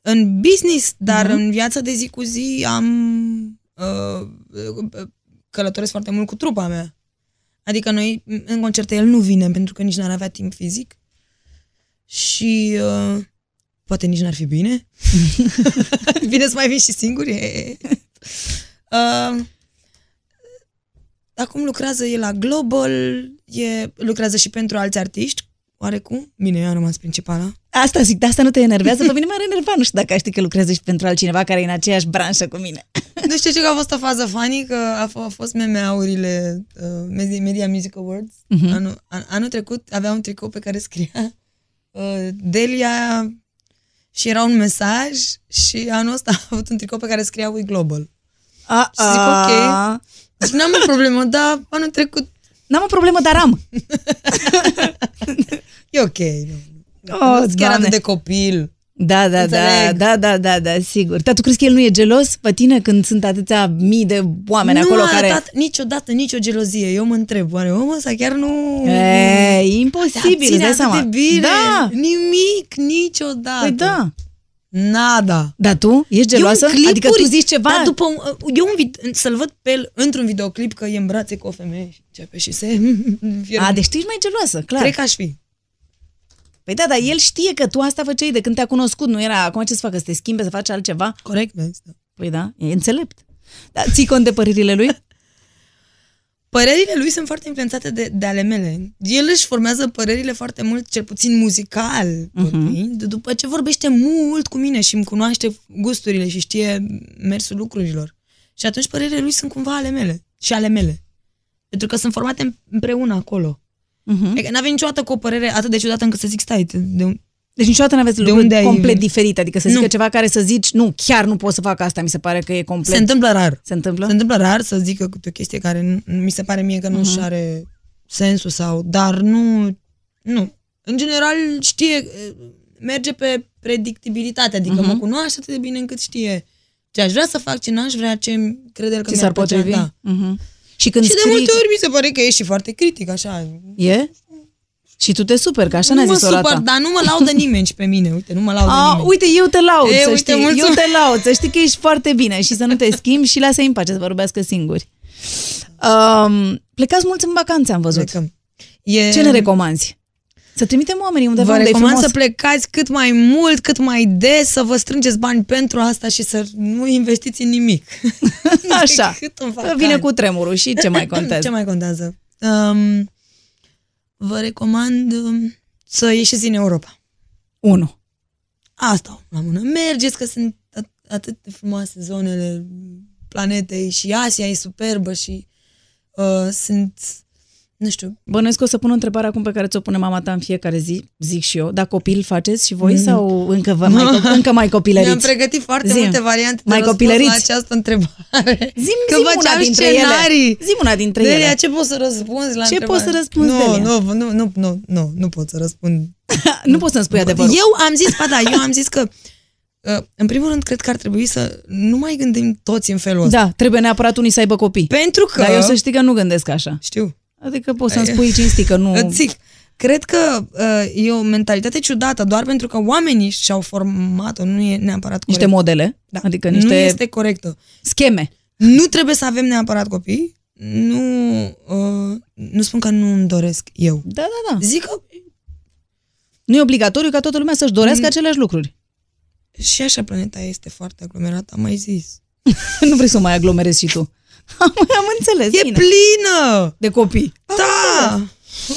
Speaker 3: în business, dar
Speaker 4: Mhm.
Speaker 3: în viața de zi cu zi am uh, uh, călătoresc foarte mult cu trupa mea. Adică noi în concerte el nu vine pentru că nici n-ar avea timp fizic și uh, poate nici n-ar fi bine. bine să mai vin și singur. E. Uh, acum lucrează el la Global, e, lucrează și pentru alți artiști, oarecum. Bine, eu am rămas principala.
Speaker 4: Asta zic, de asta nu te enervează? Pe mine m-ar enerva, nu știu dacă aș ști că lucrezi și pentru altcineva care e în aceeași branșă cu mine.
Speaker 3: Nu știu Deci ce că a fost o fază funny, că a, f- a fost meme-aurile uh, Mezi- Media Music Awards. Uh-huh. Anul, an, anul trecut avea un tricou pe care scria uh, Delia și era un mesaj și anul ăsta a avut un tricou pe care scria We Global.
Speaker 4: A,
Speaker 3: Și zic, ok. Deci n-am o problemă, dar anul trecut
Speaker 4: N-am o problemă, dar am.
Speaker 3: e ok. Nu,
Speaker 4: Oh,
Speaker 3: nu chiar atât de copil.
Speaker 4: Da, da, da,
Speaker 3: Înțeleg.
Speaker 4: da, da, da, da, sigur. Dar tu crezi că el nu e gelos pe tine când sunt atâția mii de oameni
Speaker 3: nu
Speaker 4: acolo
Speaker 3: a
Speaker 4: care...
Speaker 3: arătat niciodată nicio gelozie. Eu mă întreb, oare omul ăsta chiar nu...
Speaker 4: E,
Speaker 3: se
Speaker 4: imposibil, îți
Speaker 3: abține
Speaker 4: dai
Speaker 3: atât
Speaker 4: seama.
Speaker 3: de bine?
Speaker 4: Da,
Speaker 3: Nimic, niciodată.
Speaker 4: păi da.
Speaker 3: Nada.
Speaker 4: Dar tu ești geloasă?
Speaker 3: Eu în clipuri,
Speaker 4: adică tu zici ceva?
Speaker 3: Dar după, un- eu un vid- să-l văd pe el într-un videoclip că e în brațe cu o femeie și începe și se...
Speaker 4: A, deci tu ești mai geloasă, clar.
Speaker 3: Cred că aș fi.
Speaker 4: Păi Păi da, dar el știe că tu asta făceai de când te-a cunoscut, nu era acum ce să facă, să te schimbe, să faci altceva?
Speaker 3: Corect, vezi? Da.
Speaker 4: Păi da, e înțelept. Dar ții cont de părerile lui?
Speaker 3: Părerile lui sunt foarte influențate de, de ale mele. El își formează părerile foarte mult, cel puțin muzical, vorbind, după ce vorbește mult cu mine și îmi cunoaște gusturile și știe mersul lucrurilor. Și atunci părerile lui sunt cumva ale mele și ale mele. Pentru că sunt formate împreună acolo.
Speaker 4: Mhm.
Speaker 3: Adică n-avem niciodată cu o părere atât de ciudată încât să zic, stai, de, de,
Speaker 4: Deci niciodată n-aveți
Speaker 3: De
Speaker 4: lucruri
Speaker 3: unde ai-
Speaker 4: complet diferite, adică să zică
Speaker 3: Nu.
Speaker 4: ceva care să zici, nu, chiar nu pot să fac asta, mi se pare că e complet.
Speaker 3: se întâmplă rar.
Speaker 4: Se întâmplă?
Speaker 3: Se întâmplă rar să zică câte o chestie care nu- mi se pare mie că
Speaker 4: Mhm.
Speaker 3: nu și are sensul sau, dar nu, nu. În general știe, merge pe predictibilitate, adică
Speaker 4: Mhm.
Speaker 3: mă cunoaște atât de bine încât știe ce aș vrea să fac, ce n-aș vrea, ce crede el că
Speaker 4: Ți
Speaker 3: mi-ar
Speaker 4: s-ar
Speaker 3: plăcea,
Speaker 4: potrivi?
Speaker 3: Da.
Speaker 4: Mhm. Și când
Speaker 3: Și de
Speaker 4: scrii...
Speaker 3: multe ori mi se pare că e și foarte critic, așa.
Speaker 4: E? Și tu te super, că așa
Speaker 3: nu
Speaker 4: ne-a
Speaker 3: mă
Speaker 4: zis sora
Speaker 3: supăr,
Speaker 4: ta.
Speaker 3: dar nu mă laudă nimeni și pe mine, uite, nu mă laudă
Speaker 4: A,
Speaker 3: nimeni.
Speaker 4: uite, eu te laud,
Speaker 3: E,
Speaker 4: să
Speaker 3: uite,
Speaker 4: știi.
Speaker 3: mulțumesc.
Speaker 4: Eu te laud, să știi că ești foarte bine și să nu te schimbi și lasă-i în pace să vorbească singuri. Um, plecați mulți în vacanțe, am văzut.
Speaker 3: Plecăm. E...
Speaker 4: Ce ne recomanzi? Să trimitem oamenii undeva
Speaker 3: Vă
Speaker 4: unde e
Speaker 3: recomand
Speaker 4: frumos.
Speaker 3: să plecați cât mai mult, cât mai des, să vă strângeți bani pentru asta și să nu investiți în nimic. Deci
Speaker 4: Așa.
Speaker 3: Cât îmi fac
Speaker 4: Că vine
Speaker 3: ani.
Speaker 4: cu tremurul și ce mai
Speaker 3: Ce
Speaker 4: contează.
Speaker 3: mai contează? Um, vă recomand um, să ieșiți în Europa.
Speaker 4: Unu.
Speaker 3: Asta, la mână. Mergeți că sunt at- atât de frumoase zonele planetei și Asia e superbă și uh, sunt, nu știu,
Speaker 4: Bănuiesc că o să pun o întrebare acum pe care ți-o pune mama ta în fiecare zi, zic și eu. Dar copil faceți și voi mm. sau încă, vă mai, încă mai
Speaker 3: Mi-am
Speaker 4: copilăriți?
Speaker 3: pregătit foarte
Speaker 4: Zi-mi.
Speaker 3: multe variante
Speaker 4: Mai
Speaker 3: de răspuns
Speaker 4: copilăriți?
Speaker 3: la această întrebare.
Speaker 4: Zim,
Speaker 3: Că
Speaker 4: zim
Speaker 3: făceam
Speaker 4: una dintre
Speaker 3: scenarii.
Speaker 4: ele. Zim una dintre
Speaker 3: Delia,
Speaker 4: ele.
Speaker 3: ce poți să răspunzi la
Speaker 4: Ce
Speaker 3: întrebare?
Speaker 4: poți să răspunzi,
Speaker 3: nu,
Speaker 4: Delia?
Speaker 3: nu, nu, nu, nu, nu, nu pot să răspund.
Speaker 4: Nu poți să-mi spui adevărul.
Speaker 3: Eu am zis, ba da, eu am zis că uh, în primul rând, cred că ar trebui să nu mai gândim toți în felul ăsta.
Speaker 4: Da, trebuie neapărat unii să aibă copii.
Speaker 3: Pentru că...
Speaker 4: Da. Dar eu să știi că nu gândesc așa.
Speaker 3: Știu.
Speaker 4: Adică poți să-mi spui cinstit că nu...
Speaker 3: Îți zic, cred că uh, e o mentalitate ciudată doar pentru că oamenii și-au format-o, nu e neapărat corect.
Speaker 4: Niște modele, da. adică niște
Speaker 3: Nu este corectă.
Speaker 4: scheme.
Speaker 3: Nu trebuie să avem neapărat copii. Nu, uh, nu spun că nu îmi doresc eu.
Speaker 4: Da, da, da.
Speaker 3: Zic că
Speaker 4: Nu e obligatoriu ca toată lumea să-și
Speaker 3: Mm.
Speaker 4: dorească aceleași lucruri.
Speaker 3: și așa planeta este foarte aglomerată, am mai zis.
Speaker 4: nu vrei să o mai aglomerezi și tu. Am, am înțeles,
Speaker 3: E
Speaker 4: bine.
Speaker 3: plină!
Speaker 4: de copii.
Speaker 3: Da!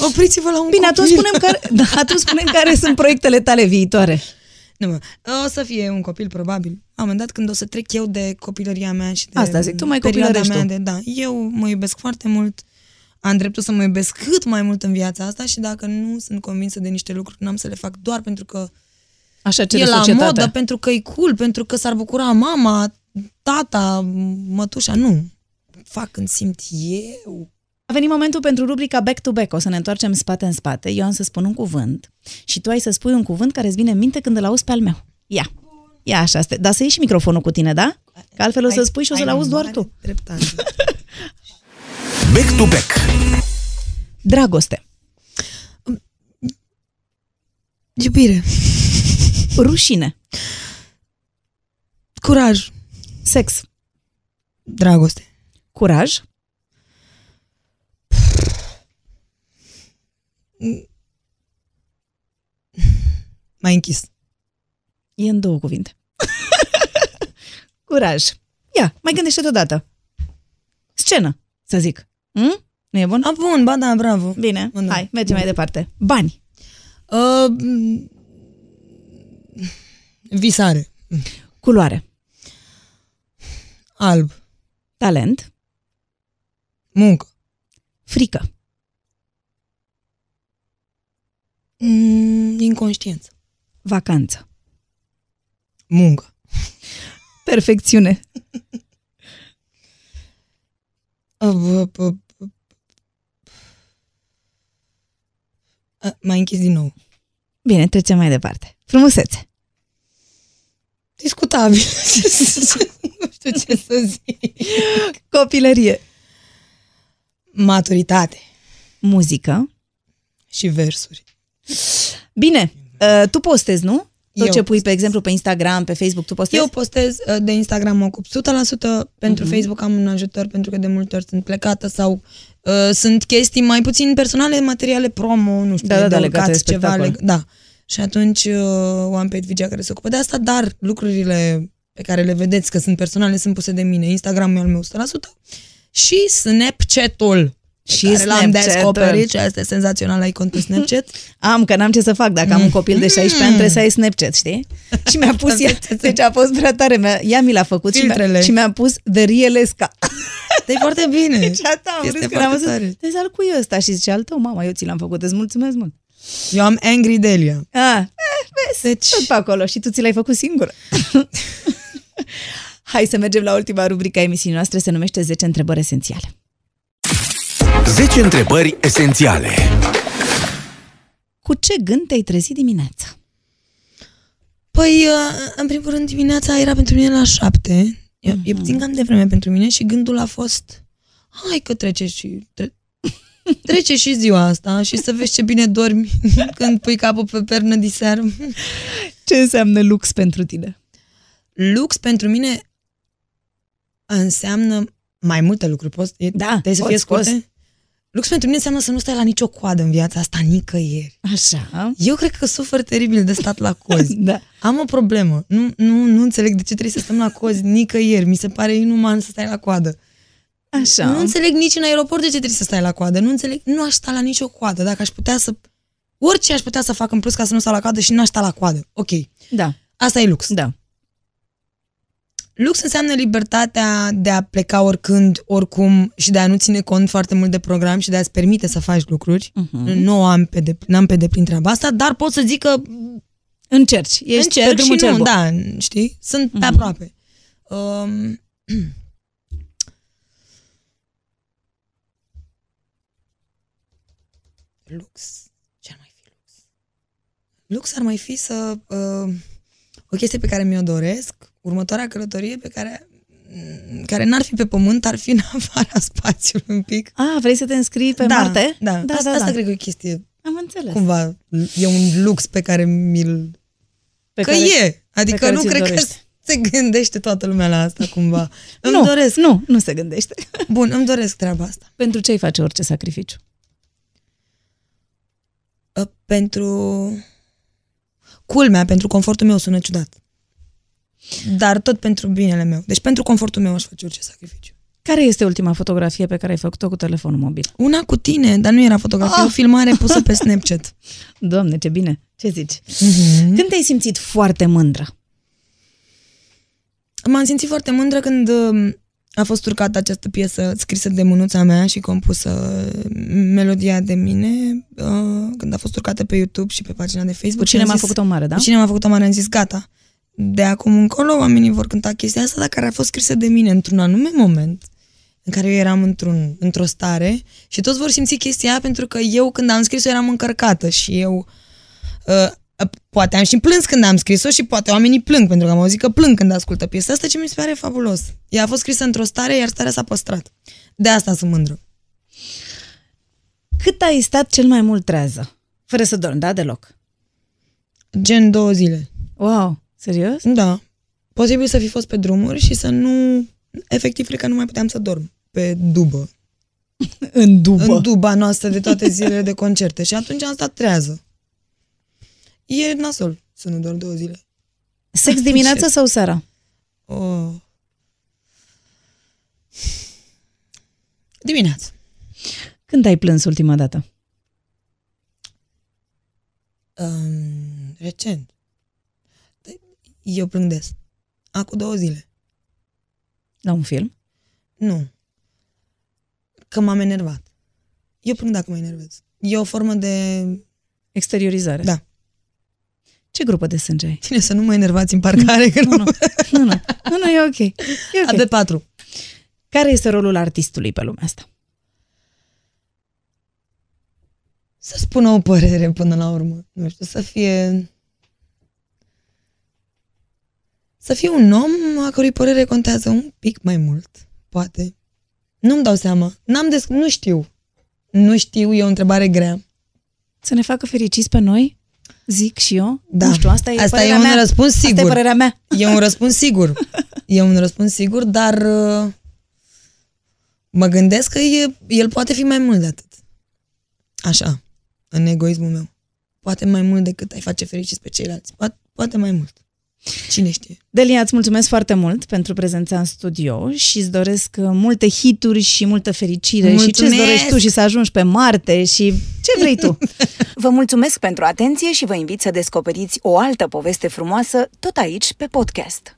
Speaker 3: Opriți-vă la un
Speaker 4: Bine, atunci
Speaker 3: copil.
Speaker 4: spunem, care, da, atunci spunem care sunt proiectele tale viitoare.
Speaker 3: Nu, mă, o să fie un copil, probabil. La un moment dat când o să trec eu de copilăria mea și de
Speaker 4: Asta zic, tu mai
Speaker 3: perioada
Speaker 4: copilărești
Speaker 3: mea
Speaker 4: tu.
Speaker 3: De, da, eu mă iubesc foarte mult, am dreptul să mă iubesc cât mai mult în viața asta și dacă nu sunt convinsă de niște lucruri, n-am să le fac doar pentru că
Speaker 4: Așa
Speaker 3: e
Speaker 4: cere
Speaker 3: la
Speaker 4: societatea.
Speaker 3: modă, pentru că e cool, pentru că s-ar bucura mama, tata, mătușa, nu. Fac când simt eu.
Speaker 4: A venit momentul pentru rubrica Back to Back. O să ne întoarcem spate în spate. Eu am să spun un cuvânt și tu ai să spui un cuvânt care îți vine în minte când îl auzi pe al meu. Ia. Ia așa. Stă. Dar să iei și microfonul cu tine, da? Că altfel o să spui și o să-l
Speaker 3: Ai
Speaker 4: auzi doar
Speaker 3: mare
Speaker 4: tu.
Speaker 3: Dreptate.
Speaker 5: Back to back.
Speaker 4: Dragoste.
Speaker 3: Iubire,
Speaker 4: Rușine.
Speaker 3: curaj,
Speaker 4: Sex.
Speaker 3: dragoste.
Speaker 4: Curaj.
Speaker 3: Mai închis.
Speaker 4: E în două cuvinte. Curaj. Ia, mai gândește-te odată. Scenă, să zic. Mm? Nu e bun?
Speaker 3: A, bun, ba da, bravo.
Speaker 4: Bine,
Speaker 3: Bun, da.
Speaker 4: hai, mergem mai departe. Bani.
Speaker 3: Uh, m- visare.
Speaker 4: Culoare.
Speaker 3: Alb.
Speaker 4: Talent.
Speaker 3: Muncă.
Speaker 4: Frică.
Speaker 3: Mm, inconștiență.
Speaker 4: Vacanță.
Speaker 3: Muncă.
Speaker 4: Perfecțiune.
Speaker 3: Uh, b- b- b- Uh, mai închis din nou.
Speaker 4: Bine, trecem mai departe. Frumusețe.
Speaker 3: Discutabil. nu știu ce să zic.
Speaker 4: Copilărie.
Speaker 3: Maturitate
Speaker 4: Muzică.
Speaker 3: și versuri.
Speaker 4: Bine, uh, tu postezi, nu? Tot
Speaker 3: Eu
Speaker 4: ce pui, pe exemplu, pe Instagram, pe Facebook, tu postezi?
Speaker 3: Eu postez uh, de Instagram, mă ocup 100%, pentru
Speaker 4: Mhm.
Speaker 3: Facebook am un ajutor pentru că de multe ori sunt plecată sau uh, sunt chestii mai puțin personale, materiale promo, nu știu,
Speaker 4: Da, da,
Speaker 3: de
Speaker 4: da,
Speaker 3: adăugat,
Speaker 4: legate de
Speaker 3: ceva.
Speaker 4: spectacol.
Speaker 3: da. Și atunci uh, o am pe Edvigia care se ocupă de asta, dar lucrurile pe care le vedeți că sunt personale sunt puse de mine. Instagram e al meu 100% și Snapchat-ul pe
Speaker 4: Și
Speaker 3: care l-am
Speaker 4: Snapchat-ul.
Speaker 3: descoperit și asta e senzațional, ai cont pe Snapchat.
Speaker 4: Am, că n-am ce să fac. Dacă am
Speaker 3: Mm.
Speaker 4: un copil de 16 ani, trebuie să ai Snapchat, știi? Și mi-a pus ea, deci a fost prea tare. Mi-a, ea mi l-a făcut și mi-a,
Speaker 3: Filtrele.
Speaker 4: și mi-a pus The Real Esca.
Speaker 3: Te foarte bine.
Speaker 4: Deci asta am
Speaker 3: Este
Speaker 4: râs când am
Speaker 3: foarte tare.
Speaker 4: văzut. Deci al cui e ăsta? Și zice, al tău, mama, eu ți l-am făcut, îți mulțumesc mult.
Speaker 3: Eu am Angry Delia.
Speaker 4: Ah, eh, vezi, deci... tot pe acolo și tu ți l-ai făcut singură. Hai să mergem la ultima rubrică a emisiunii noastre, se numește 10 întrebări esențiale.
Speaker 5: 10 întrebări esențiale.
Speaker 4: Cu ce gând te-ai trezit dimineața?
Speaker 3: Păi, uh, în primul rând, dimineața era pentru mine la șapte. E, e
Speaker 4: Mhm.
Speaker 3: puțin cam devreme pentru mine și gândul a fost hai că trece și... Tre- trece și ziua asta și să vezi ce bine dormi când pui capul pe pernă diseară.
Speaker 4: Ce înseamnă lux pentru tine?
Speaker 3: Lux pentru mine înseamnă mai multe lucruri. Poți, e,
Speaker 4: Da,
Speaker 3: trebuie să fie
Speaker 4: poți,
Speaker 3: scurte?
Speaker 4: poți.
Speaker 3: Lux pentru mine înseamnă să nu stai la nicio coadă în viața asta, nicăieri.
Speaker 4: Așa.
Speaker 3: Eu cred că sufer teribil de stat la cozi.
Speaker 4: Da.
Speaker 3: Am o problemă. Nu, nu, nu înțeleg de ce trebuie să stăm la cozi nicăieri. Mi se pare inuman să stai la coadă.
Speaker 4: Așa.
Speaker 3: Nu înțeleg nici în aeroport de ce trebuie să stai la coadă. Nu înțeleg. Nu aș sta la nicio coadă. Dacă aș putea să... Orice aș putea să fac în plus ca să nu stau la coadă și nu aș sta la coadă. Ok.
Speaker 4: Da.
Speaker 3: Asta e lux.
Speaker 4: Da.
Speaker 3: Lux înseamnă libertatea de a pleca oricând, oricum și de a nu ține cont foarte mult de program și de a-ți permite să faci lucruri. Uh-huh. Nu o am pe deplin, n-am pe deplin treaba asta, dar pot să zic că
Speaker 4: Încerci. Ești pe
Speaker 3: încerc
Speaker 4: drumul
Speaker 3: și
Speaker 4: cel
Speaker 3: nu,
Speaker 4: bun. Da.
Speaker 3: da, știi? Sunt pe aproape. Um, lux. Ce ar mai fi lux? Lux ar mai fi să... Uh, o chestie pe care mi-o doresc, următoarea călătorie pe care m, care n-ar fi pe pământ, ar fi în afara spațiului un pic.
Speaker 4: A, Ah, vrei să te înscrii pe
Speaker 3: da,
Speaker 4: Marte?
Speaker 3: Da,
Speaker 4: da,
Speaker 3: asta,
Speaker 4: da.
Speaker 3: asta cred că e o chestie
Speaker 4: Am înțeles.
Speaker 3: cumva, e un lux pe care mi-l
Speaker 4: Pe
Speaker 3: că
Speaker 4: care-
Speaker 3: e.
Speaker 4: pe
Speaker 3: Adică
Speaker 4: care
Speaker 3: nu
Speaker 4: ți-l
Speaker 3: cred
Speaker 4: dorești.
Speaker 3: că se gândește toată lumea la asta cumva. Îmi
Speaker 4: nu,
Speaker 3: doresc.
Speaker 4: Nu, nu se gândește.
Speaker 3: Bun, îmi doresc treaba asta.
Speaker 4: Pentru ce îi face orice sacrificiu?
Speaker 3: Uh, Pentru... Culmea, pentru confortul meu sună ciudat. Dar tot pentru binele meu. Deci pentru confortul meu aș face orice sacrificiu.
Speaker 4: Care este ultima fotografie pe care ai făcut-o cu telefonul mobil?
Speaker 3: Una cu tine, dar nu era fotografie,
Speaker 4: Ah!
Speaker 3: o filmare pusă pe Snapchat.
Speaker 4: Doamne, ce bine! Ce zici?
Speaker 3: Mhm.
Speaker 4: Când te-ai simțit foarte mândră?
Speaker 3: M-am simțit foarte mândră când um, a fost urcată această piesă scrisă de mânuța mea și compusă mm, melodia de mine, uh, când a fost urcată pe YouTube și pe pagina de Facebook.
Speaker 4: Cu cine
Speaker 3: am
Speaker 4: m-a
Speaker 3: zis-
Speaker 4: făcut o mare, da?
Speaker 3: Cu cine m-a făcut o mare, am zis gata. De acum încolo oamenii vor cânta chestia asta, dar care a fost scrisă de mine într-un anume moment în care eu eram într-un, într-o stare și toți vor simți chestia aia pentru că eu când am scris-o eram încărcată și eu Uh, uh, poate am și plâns când am scris-o și poate oamenii plâng, pentru că am auzit că plâng când ascultă piesa asta, ce mi se pare fabulos. Ea a fost scrisă într-o stare, iar starea s-a păstrat. De asta sunt mândră.
Speaker 4: Cât ai stat cel mai mult trează? Fără să dormi, da? Deloc.
Speaker 3: Gen două zile.
Speaker 4: Wow! Serios?
Speaker 3: Da. Posibil să fi fost pe drumuri și să nu... Efectiv, cred că nu mai puteam să dorm pe dubă.
Speaker 4: În dubă.
Speaker 3: În duba noastră de toate zilele de concerte. Și atunci am stat trează. E nasol să nu dorm două zile.
Speaker 4: Sex dimineața sau seara?
Speaker 3: Oh. Dimineață.
Speaker 4: Când ai plâns ultima dată?
Speaker 3: Um, recent. Păi, Eu plâng des. Acum două zile.
Speaker 4: La un film?
Speaker 3: Nu. Că m-am enervat. Eu plâng dacă mă enervez. E o formă de...
Speaker 4: Exteriorizare?
Speaker 3: Da.
Speaker 4: Ce grupă de sânge ai?
Speaker 3: Bine să nu mă enervați în parcare, că nu...
Speaker 4: nu. Nu, nu, nu, nu e ok. E okay.
Speaker 3: Abe 4.
Speaker 4: Care este rolul artistului pe lumea asta?
Speaker 3: Să spună o părere până la urmă. Nu știu, să fie... Să fie un om a cărui părere contează un pic mai mult, poate. Nu-mi dau seama. N-am des... Nu știu. Nu știu, e o întrebare grea.
Speaker 4: Să ne facă fericiți pe noi? Zic și eu?
Speaker 3: Da.
Speaker 4: Nu știu, asta e
Speaker 3: Asta e
Speaker 4: părerea
Speaker 3: un
Speaker 4: mea.
Speaker 3: răspuns
Speaker 4: Asta e
Speaker 3: sigur.
Speaker 4: părerea mea.
Speaker 3: E un răspuns sigur. E un răspuns sigur, dar uh, mă gândesc că e, el poate fi mai mult de atât. Așa, în egoismul meu. Poate mai mult decât ai face fericiți pe ceilalți. Poate, poate mai mult. Cine știe?
Speaker 4: Delia, îți mulțumesc foarte mult pentru prezența în studio și îți doresc uh, multe hituri și multă fericire și ce-ți
Speaker 3: Mulțumesc!
Speaker 4: dorești tu și să ajungi pe Marte și ce vrei tu.
Speaker 9: Vă mulțumesc pentru atenție și vă invit să descoperiți o altă poveste frumoasă tot aici pe podcast.